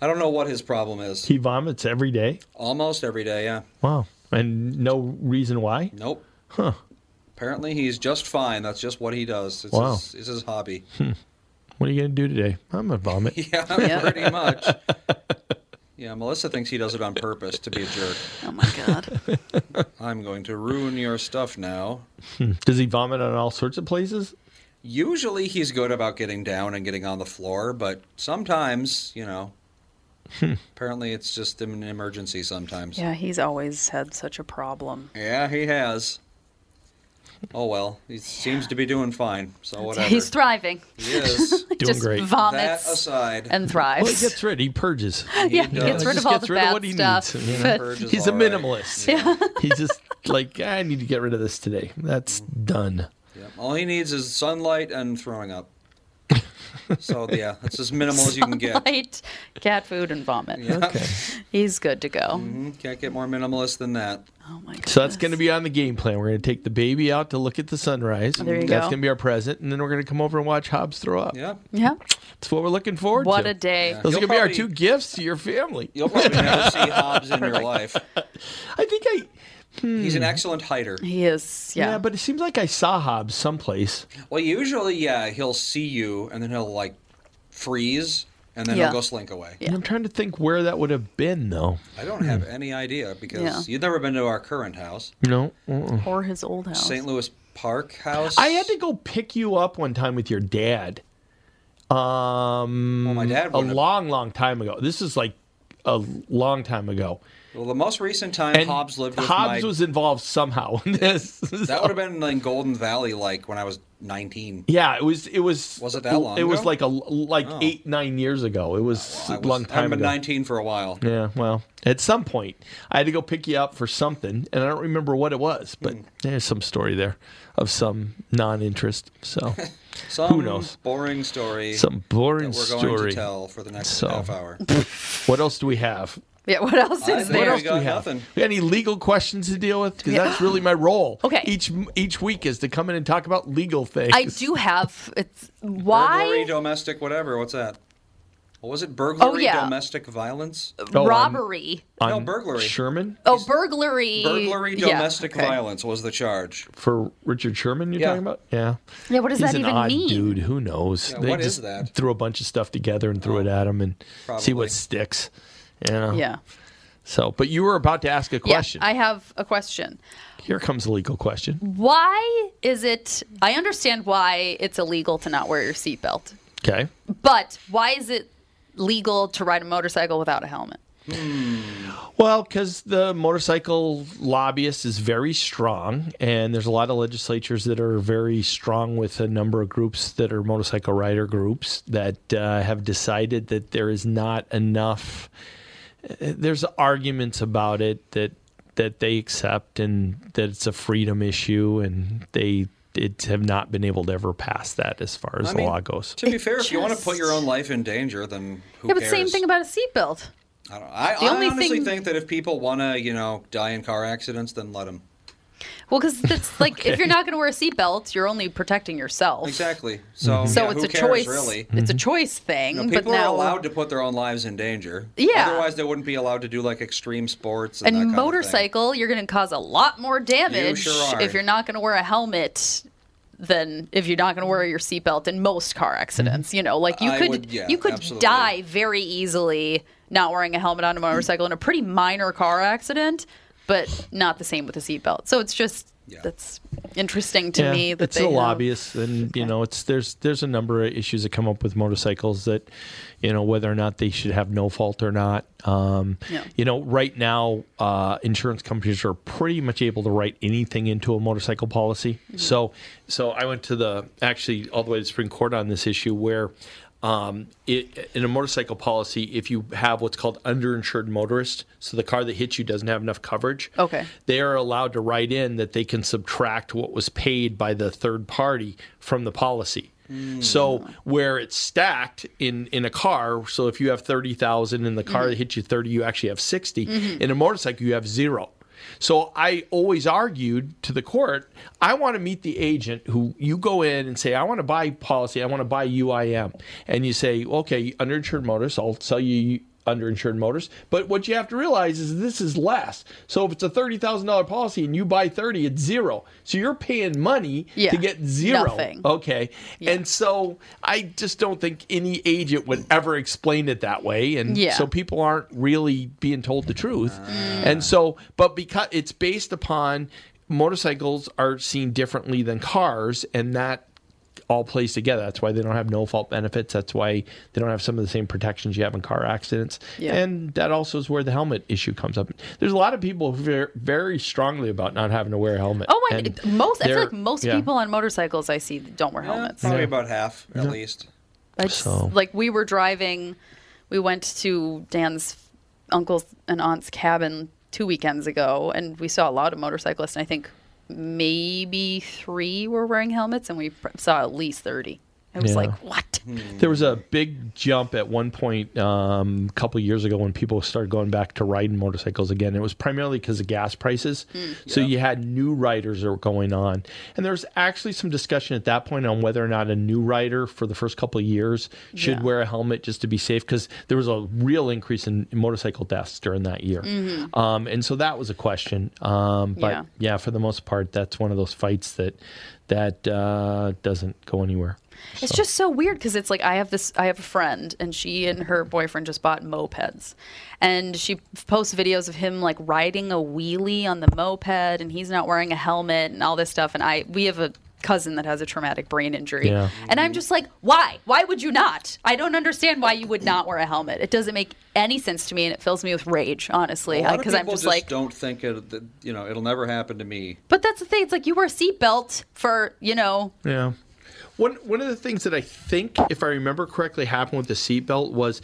S2: I don't know what his problem is.
S3: He vomits every day.
S2: Almost every day, yeah.
S3: Wow. And no reason why.
S2: Nope.
S3: Huh.
S2: Apparently, he's just fine. That's just what he does. It's,
S3: Wow.
S2: his, it's his hobby.
S3: Hmm. What are you gonna do today? I'm gonna vomit.
S2: (laughs) Yeah, pretty
S3: (laughs)
S2: much. Yeah, Melissa thinks he does it on purpose to be a jerk.
S1: Oh my god.
S2: (laughs) I'm going to ruin your stuff now.
S3: Hmm. (laughs) Does he vomit on all sorts of places?
S2: Usually, he's good about getting down and getting on the floor, but sometimes, you
S3: (laughs)
S2: know,
S3: Hmm.
S2: apparently it's just an emergency sometimes.
S1: Yeah, he's always had such a problem.
S2: Yeah, he has. Oh well, he seems to be doing fine. So whatever.
S1: He's thriving. (laughs)
S2: He is
S1: Doing Just great. vomits
S2: That aside,
S1: and
S3: Well, he
S1: thrives.
S3: gets rid. He purges.
S1: (laughs) yeah, he
S3: does.
S1: gets rid
S3: Just
S1: of all
S3: gets
S1: the
S3: rid of
S1: bad
S3: what he
S1: stuff.
S3: needs, you know?
S1: but-
S2: Purges
S3: He's a
S2: all right.
S3: minimalist.
S1: (laughs) Yeah.
S3: He's just like I need to get rid of this today. That's done.
S2: Yep. All he needs is sunlight and throwing
S3: (laughs)
S2: up. so yeah, that's as minimal as you
S1: (laughs)
S2: can get.
S1: Sunlight, cat food, and vomit.
S2: Yeah. Okay.
S1: He's good to go.
S2: hmm Can't get more minimalist than that.
S3: So that's going to be on the game plan. We're going to take the baby out to look at the sunrise.
S1: There you
S3: that's
S1: go.
S3: going to be our present, and then we're going to come over and watch Hobbs throw up.
S2: Yeah,
S1: Yeah.
S3: that's what we're looking forward
S1: What
S3: to.
S1: a day. Yeah.
S3: Those are
S1: You'll
S3: going to be our
S1: probably-
S3: two gifts to your family.
S2: You'll probably (laughs) never
S3: (laughs)
S2: see Hobbs in your life.
S3: I think I. Hmm.
S2: He's an excellent hider.
S1: He is. Yeah.
S3: but it seems like I saw Hobbs someplace.
S2: Well, usually, yeah, he'll see you and then he'll like freeze and then
S3: Yeah.
S2: he'll go slink away.
S3: And I'm trying to think where that would have been, though.
S2: I don't have
S3: Hmm.
S2: any idea because
S1: Yeah.
S2: you've never been to our current house,
S3: No. uh-uh.
S1: or his old house.
S2: St. Louis Park House.
S3: I had to go pick you up one time with your dad. Um,
S2: my dad
S3: a
S2: wouldn't have-
S3: long, long time ago. This is like a long time ago.
S2: Well, the most recent time
S3: And
S2: Hobbs lived with
S3: Hobbs
S2: my
S3: was involved somehow in this. (laughs)
S2: that would have been in Golden Valley, like when I was 19.
S3: Yeah, it was. It was.
S2: Was it that long
S3: It was
S2: ago?
S3: like a like
S2: Oh.
S3: eight nine years ago. It was
S2: I
S3: a long
S2: I haven't
S3: time
S2: been
S3: ago.
S2: 19 for a while.
S3: Yeah, well, at some point I had to go pick you up for something, and I don't remember what it was, but
S2: Hmm.
S3: there's some story there of some non-interest.
S2: (laughs)
S3: So
S2: Some
S3: who knows?
S2: boring story.
S3: Some boring
S2: that we're going
S3: story.
S2: to tell for the next
S3: So,
S2: half hour.
S3: (laughs) what else do we have?
S1: Yeah, what else
S2: I
S1: is
S2: think
S1: there?
S2: we got nothing.
S3: We got any legal questions to deal with? Because
S1: Yeah.
S3: that's really my role.
S1: Okay.
S3: Each each week is to come in and talk about legal things.
S1: I do have. It's
S2: Burglary,
S1: why
S2: domestic, whatever. What's that? What was it? Burglary,
S1: Oh, yeah.
S2: domestic violence?
S3: Oh, on-
S1: robbery.
S3: on
S2: no, burglary.
S3: Sherman
S1: Oh, burglary.
S2: Burglary,
S1: Yeah,
S2: domestic
S1: okay.
S2: violence was the charge.
S3: for Richard Sherman. You're
S2: Yeah.
S3: talking about? Yeah.
S1: Yeah, what does
S3: He's
S1: that
S3: an
S1: even
S3: odd
S1: mean?
S3: dude. Who knows?
S2: Yeah,
S3: they
S2: what is
S3: just
S2: that? Oh,
S3: threw a bunch of stuff together and threw it at him and see
S2: probably.
S3: what sticks. You know?
S1: Yeah.
S3: So, but you were about to ask a question.
S1: Yeah, I have a question.
S3: Here comes a legal question.
S1: Why is it? I understand why it's illegal to not wear your seatbelt,
S3: Okay.
S1: but why is it legal to ride a motorcycle without a helmet?
S3: Hmm. Well, because the motorcycle lobbyist is very strong, and there's a lot of legislatures that are very strong with a number of groups that are motorcycle rider groups that uh, have decided that there is not enough. uh, There's arguments about it that that they accept, and that it's a freedom issue, and they it have not been able to ever pass that as far as
S2: I
S3: the
S2: mean,
S3: law goes.
S2: To be fair, if you want to put your own life in danger, then who
S1: yeah, but
S2: cares?
S1: same thing about a seatbelt.
S2: I, don't, I,
S1: The
S2: I
S1: only
S2: honestly
S1: thing-
S2: think that if people want to, you know, die in car accidents, then let them.
S1: Well, because
S3: (laughs)
S1: that's like if
S3: Okay.
S1: you're not going to wear a seatbelt, you're only protecting yourself.
S2: Exactly. So,
S1: So
S2: yeah,
S1: it's
S2: who
S1: a
S2: cares,
S1: choice.
S2: really.
S1: It's a choice thing.
S2: You know,
S1: but
S2: people
S1: now,
S2: are allowed to put their own lives in danger.
S1: Yeah.
S2: Otherwise, they wouldn't be allowed to do like extreme sports and, that
S1: and
S2: kind of thing.
S1: motorcycle, you're going to cause a lot more damage
S2: sure are.
S1: if you're not going to wear a helmet than if you're not going to wear your seatbelt in most car accidents. You know, like you
S2: Mm-hmm. I
S1: could
S2: would- yeah,
S1: you could
S2: absolutely.
S1: die very easily not wearing a helmet on a motorcycle in a pretty minor car accident, but not the same with a seatbelt. So it's just that's interesting to me that
S3: it's
S1: they
S3: the
S1: have-
S3: lobbyists, and you know, it's there's there's a number of issues that come up with motorcycles that, you know, whether or not they should have no fault or not. Um,
S1: Yeah.
S3: You know, right now, uh, insurance companies are pretty much able to write anything into a motorcycle policy. Mm-hmm. So, so I went to the actually all the way to the Supreme Court on this issue where. Um, it, in a motorcycle policy, if you have what's called underinsured motorist, so the car that hits you doesn't have enough coverage,
S1: Okay.
S3: they are allowed to write in that they can subtract what was paid by the third party from the policy. So where it's stacked in in a car, so if you have thirty thousand and the car that hit you thirty, you actually have 60
S1: Mm-hmm.
S3: In a motorcycle, you have zero. So I always argued to the court, I want to meet the agent who you go in and say, I want to buy policy, I want to buy UIM, and you say, okay, underinsured motorists, I'll sell you underinsured motors. But what you have to realize is this is less. So if it's a thirty thousand dollar policy and you buy thirty, it's zero. So you're paying money
S1: Yeah,
S3: to get zero.
S1: nothing.
S3: Okay. And so I just don't think any agent would ever explain it that way. And
S1: Yeah. Mm.
S3: so people aren't really being told the truth. And so but because it's based upon motorcycles are seen differently than cars and that all plays together. That's why they don't have no fault benefits. That's why they don't have some of the same protections you have in car accidents.
S1: Yeah.
S3: And that also is where the helmet issue comes up. There's a lot of people who are very strongly about not having to wear a helmet.
S1: Oh, I,
S3: And
S1: most I feel
S3: they're-
S1: like most
S3: yeah.
S1: people on motorcycles I see don't wear
S2: Yeah,
S1: helmets.
S2: probably about half, at least.
S1: I just,
S3: So-
S1: like we were driving, we went to Dan's uncle's and aunt's cabin two weekends ago, and we saw a lot of motorcyclists. And I think maybe three were wearing helmets, and we pr- saw at least thirty. I was
S3: Yeah.
S1: like, what?
S3: Hmm. There was a big jump at one point um, a couple years ago when people started going back to riding motorcycles again. It was primarily because of gas prices.
S1: Hmm.
S3: So you had new riders that were going on. And there was actually some discussion at that point on whether or not a new rider for the first couple of years should
S1: Yeah.
S3: wear a helmet just to be safe because there was a real increase in motorcycle deaths during that year. Um, and so that was a question. Um, but
S1: Mm-hmm. Yeah.
S3: yeah. for the most part, that's one of those fights that, that uh, doesn't go anywhere.
S1: It's just so weird because it's like I have this I have a friend and she and her boyfriend just bought mopeds. And she posts videos of him like riding a wheelie on the moped and he's not wearing a helmet and all this stuff and I we have a cousin that has a traumatic brain injury.
S3: Yeah.
S1: And I'm just like, why? Why would you not? I don't understand why you would not wear a helmet. It doesn't make any sense to me, and it fills me with rage, honestly,
S2: A lot of
S1: because I'm
S2: people
S1: just like.
S2: don't think it. that, You know, it'll never happen to me.
S1: But that's the thing. It's like you wear a seatbelt for, you know,
S3: Yeah. One one of the things that I think, if I remember correctly, happened with the seatbelt was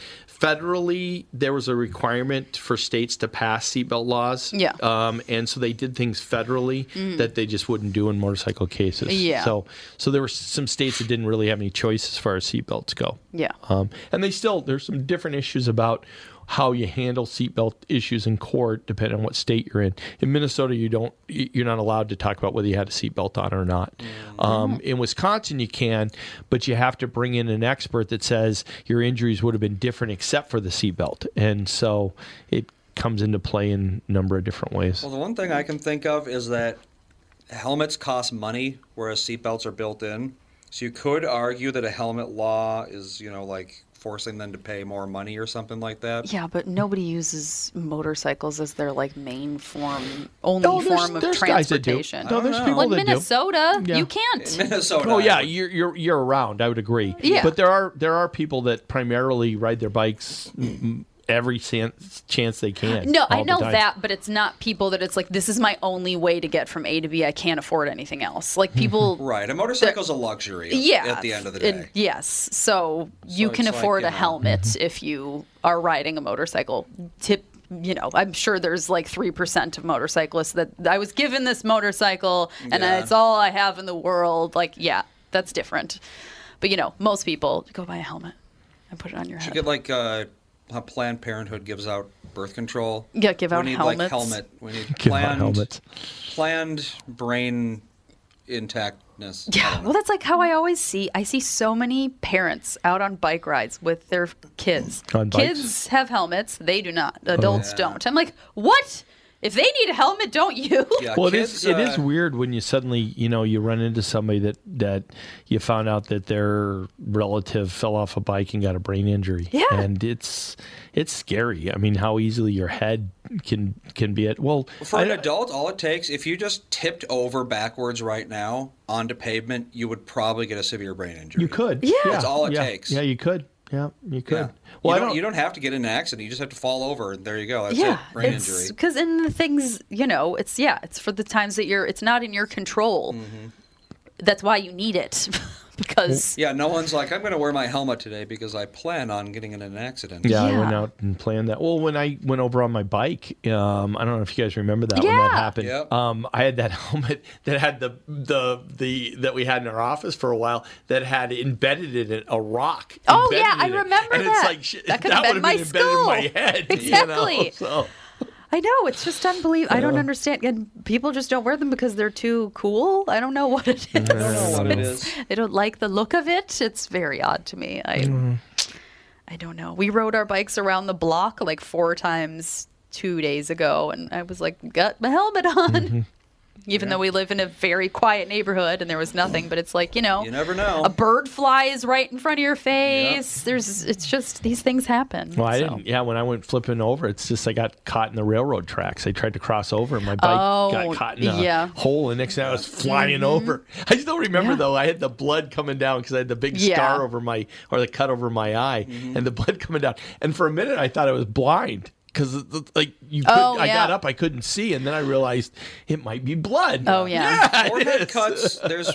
S3: federally there was a requirement for states to pass seatbelt laws.
S1: Yeah.
S3: Um, and so they did things federally
S1: Mm.
S3: that they just wouldn't do in motorcycle cases.
S1: Yeah.
S3: So so there were some states that didn't really have any choice as far as seatbelts go.
S1: Yeah.
S3: Um, and they still there's some different issues about how you handle seatbelt issues in court, depending on what state you're in. In Minnesota, you don't y- you're not allowed to talk about whether you had a seatbelt on or not. Um, in Wisconsin, you can, but you have to bring in an expert that says your injuries would have been different except for the seatbelt, and so it comes into play in a number of different ways.
S2: Well, the one thing I can think of is that helmets cost money, whereas seatbelts are built in. So you could argue that a helmet law is, you know, like forcing them to pay more money or something like that.
S1: Yeah, but nobody uses motorcycles as their like main form, only
S3: No, Oh, there's-
S1: form of
S3: there's guys that do.
S1: transportation.
S3: No, there's people
S1: well, in
S3: that do.
S1: Minnesota,
S3: Yeah.
S1: you can't.
S3: Oh yeah, you're you're you're around. I would agree.
S1: Yeah.
S3: But there are there are people that primarily ride their bikes m- every chance chance they can.
S1: No,
S3: all
S1: I
S3: the
S1: know
S3: time.
S1: that, but it's not people that it's like this is my only way to get from A to B. I can't afford anything else. Like people,
S2: Right, a motorcycle's a luxury. at-
S1: yeah.
S2: At the end of the day,
S1: and yes, so you
S2: So
S1: can
S2: it's like,
S1: afford
S2: you
S1: a
S2: know.
S1: helmet if you are riding a motorcycle. Tip, you know, I'm sure there's like three percent of motorcyclists that I was given this motorcycle and
S9: Yeah.
S1: it's all I have in the world. Like, yeah, that's different. But you know, most people go buy a helmet and put it on your
S2: should
S1: head.
S2: get like uh, how Planned Parenthood gives out birth control.
S1: Yeah, give out
S2: we need, Like,
S1: helmets.
S2: helmet. We need
S3: (laughs) Give out
S2: planned
S3: helmets.
S2: Planned brain intactness.
S1: Yeah,
S3: Um,
S1: well, that's like how I always see. I see so many parents out on bike rides with their kids.
S3: (clears throat) On bikes? Oh,
S1: Kids have helmets; they do not. Adults
S3: yeah.
S1: don't. I'm like, what? If they need a helmet, don't you?
S3: (laughs) well, it is it
S2: uh,
S3: is weird when you suddenly you know you run into somebody that that you found out that their relative fell off a bike and got a brain injury.
S1: Yeah.
S3: and it's it's scary. I mean, how easily your head can can be at well.
S2: (laughs) For
S3: I-
S2: an adult, all it takes, if you just tipped over backwards right now onto pavement, you would probably get a severe brain injury.
S3: you could.
S2: Yeah. That's all it
S3: yeah,
S2: takes.
S3: Yeah, you could. Yeah, you could.
S2: Well,
S3: Well,
S2: you
S3: I
S2: don't,
S3: don't-
S2: you don't have to get in an accident. You just have to fall over, and there you go. That's
S1: yeah,
S2: it. uh, Brain
S1: it's
S2: injury.
S1: because in the things you know, it's yeah, it's for the times that you're. It's not in your control.
S2: Mm-hmm.
S1: That's why you need it. (laughs) because
S2: yeah, no one's like, I'm going to wear my helmet today because I plan on getting in an accident.
S3: Yeah, I went out and planned that. Well, when I went over on my bike, um, I don't know if you guys remember that when that
S2: Yeah.
S3: happened. Um, I had that (laughs) helmet that had the the the that we had in our office for a while that had embedded in it a rock.
S1: Oh, yeah,
S3: embedded
S1: I
S3: in it.
S1: remember
S3: and
S1: that.
S3: It's like shit,
S1: That
S3: that,
S1: could've been
S3: would have
S1: my
S3: been embedded in
S1: skull. (laughs)
S3: my head. you know,
S1: Exactly.
S3: so-
S1: I know it's just unbelievable. I don't
S3: Yeah.
S1: understand, and people just don't wear them because they're too cool. I don't know (laughs) what it is.
S3: I don't know what it
S1: It's-
S3: is.
S1: (laughs) They don't like the look of it. It's very odd to me. I
S3: Mm.
S1: I don't know. We rode our bikes around the block like four times two days ago, and I was like, got my helmet on,
S3: Mm-hmm.
S1: (laughs) even though we live in a very quiet neighborhood and there was nothing. But it's like you know,
S2: You never know.
S1: A bird flies right in front of your face. There's it's just these things happen.
S3: Well, I didn't. Yeah, when I went flipping over, it's just I got caught in the railroad tracks. I tried to cross over, and my bike
S1: Oh,
S3: got caught in a
S1: yeah.
S3: hole. And next thing I was flying
S1: Mhm.
S3: over. I still remember though, I had the blood coming down because I had the big
S1: Yeah. Mm-hmm.
S3: scar over my or the cut over my eye, and the (laughs) blood coming down. And for a minute, I thought I was blind. Because like you, could,
S2: Oh,
S3: I got
S2: yeah.
S3: up, I couldn't see, and then I realized it might be blood.
S1: Oh,
S3: (laughs)
S2: Forehead cuts, there's.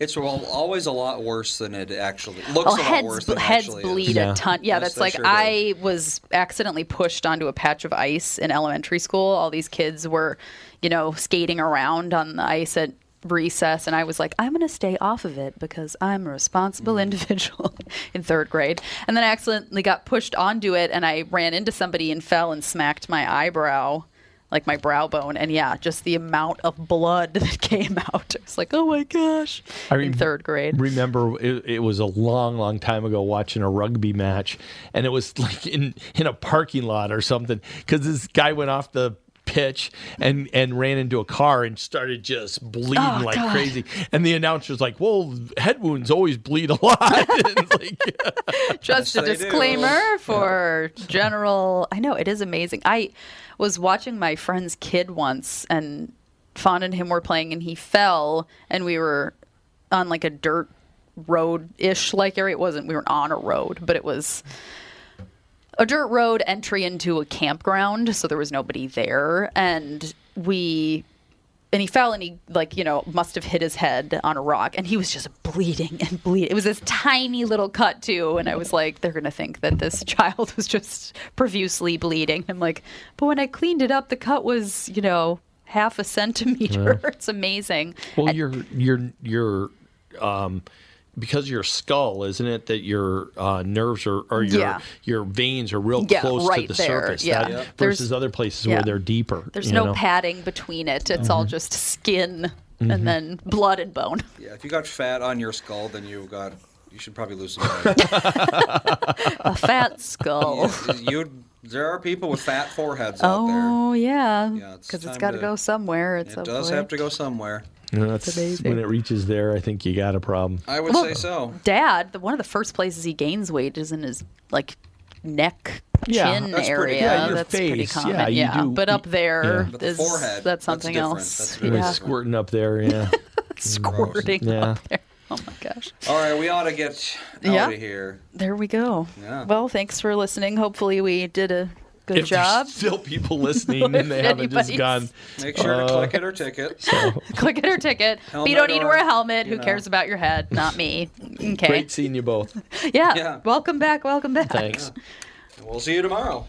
S2: It's well, always a lot worse than it actually looks.
S1: oh,
S2: a lot
S1: heads,
S2: worse than it
S1: heads
S2: actually
S1: bleed
S2: is.
S1: a ton. Yeah,
S2: Yes,
S1: that's
S2: they
S1: like
S2: sure do.
S1: I was accidentally pushed onto a patch of ice in elementary school. All these kids were, you know, skating around on the ice at recess, and I was like, I'm going to stay off of it because I'm a responsible
S2: Mm.
S1: individual (laughs) in third grade. And then I accidentally got pushed onto it, and I ran into somebody and fell and smacked my eyebrow. Like my brow bone, and yeah, just the amount of blood (laughs) that came out. It's like, oh my gosh!
S3: I
S1: in
S3: rem-
S1: third grade.
S3: Remember, it, it was a long, long time ago watching a rugby match, and it was (laughs) like in in a parking lot or something because this guy went off the pitch and and ran into a car and started just bleeding
S10: Oh,
S3: like
S10: God.
S3: crazy. And the announcer's like, "Well, head wounds always bleed a
S1: (laughs)
S3: lot." (laughs)
S1: just a
S3: Yes, they do.
S1: disclaimer for general i know it is amazing i was watching my friend's kid once and fawn and him were playing and he fell and we were on like a dirt road ish like area. It wasn't. We weren't on a road, but it was a dirt road entry into a campground, so there was nobody there, and we. And he fell and he, like, you know, must have hit his head on a rock. And he was just bleeding and bleeding. It was this tiny little cut, too. And I was like, they're going to think that this (laughs) child was just profusely bleeding. I'm like, but when I cleaned it up, the cut was, you know, half a centimeter. (laughs)
S3: Yeah.
S1: it's amazing.
S3: Well, your your your um, because your skull, isn't it, that your uh, nerves are or your
S1: Yeah.
S3: your veins are real
S1: Yeah,
S3: close
S1: right
S3: to the
S1: there,
S3: surface.
S1: yeah.
S3: that-
S1: Yeah. There's-
S3: versus other places
S1: yeah.
S3: where they're deeper.
S1: There's
S3: you
S1: no
S3: know? Mm-hmm.
S1: padding between it. It's all just skin
S3: Mhm.
S1: and then blood and bone.
S2: Yeah, if you got fat on your skull, then you got you should probably
S1: (laughs)
S2: lose some weight.
S1: A fat skull.
S2: you there are people with fat foreheads out there.
S1: Oh yeah, because it's
S2: time
S1: got to
S2: to-
S1: go somewhere. It's
S2: It does have to go somewhere.
S3: No, that's
S1: amazing.
S3: when it reaches there. I think you got a problem.
S2: I would
S1: Well,
S2: say so.
S1: Dad, the, one of the first places he gains weight is in his like neck,
S3: Yeah,
S1: chin
S3: that's
S1: area.
S3: pretty- yeah, your
S1: that's pretty
S3: face, yeah,
S1: common.
S3: you do-
S1: but up there
S3: yeah.
S1: is
S3: But the forehead,
S1: that's
S3: that's
S1: something
S3: different.
S1: else.
S3: Really squirting up there, yeah.
S1: (laughs) Squirting
S3: Yeah.
S1: up there. (laughs) Oh
S2: (laughs)
S1: my gosh.
S2: All right, we ought to get out
S1: Yeah.
S2: of here.
S1: There we go.
S2: Yeah.
S1: Well, thanks for listening. Hopefully, we did a good
S3: If there's
S1: job.
S3: still people listening and they
S1: If
S3: haven't just
S1: anybody's-
S3: gone.
S2: Make sure to
S3: uh,
S2: click it or ticket.
S1: (laughs) Click at her ticket.
S2: Helmet
S1: but you don't need to
S2: or,
S1: wear a helmet.
S2: you
S1: Who
S2: know.
S1: cares about your head? Not
S2: (laughs)
S1: me. (laughs) Okay. (laughs)
S3: Great seeing you both.
S1: Yeah.
S2: Yeah.
S1: Welcome back. Welcome back.
S3: Thanks.
S2: We'll see you tomorrow.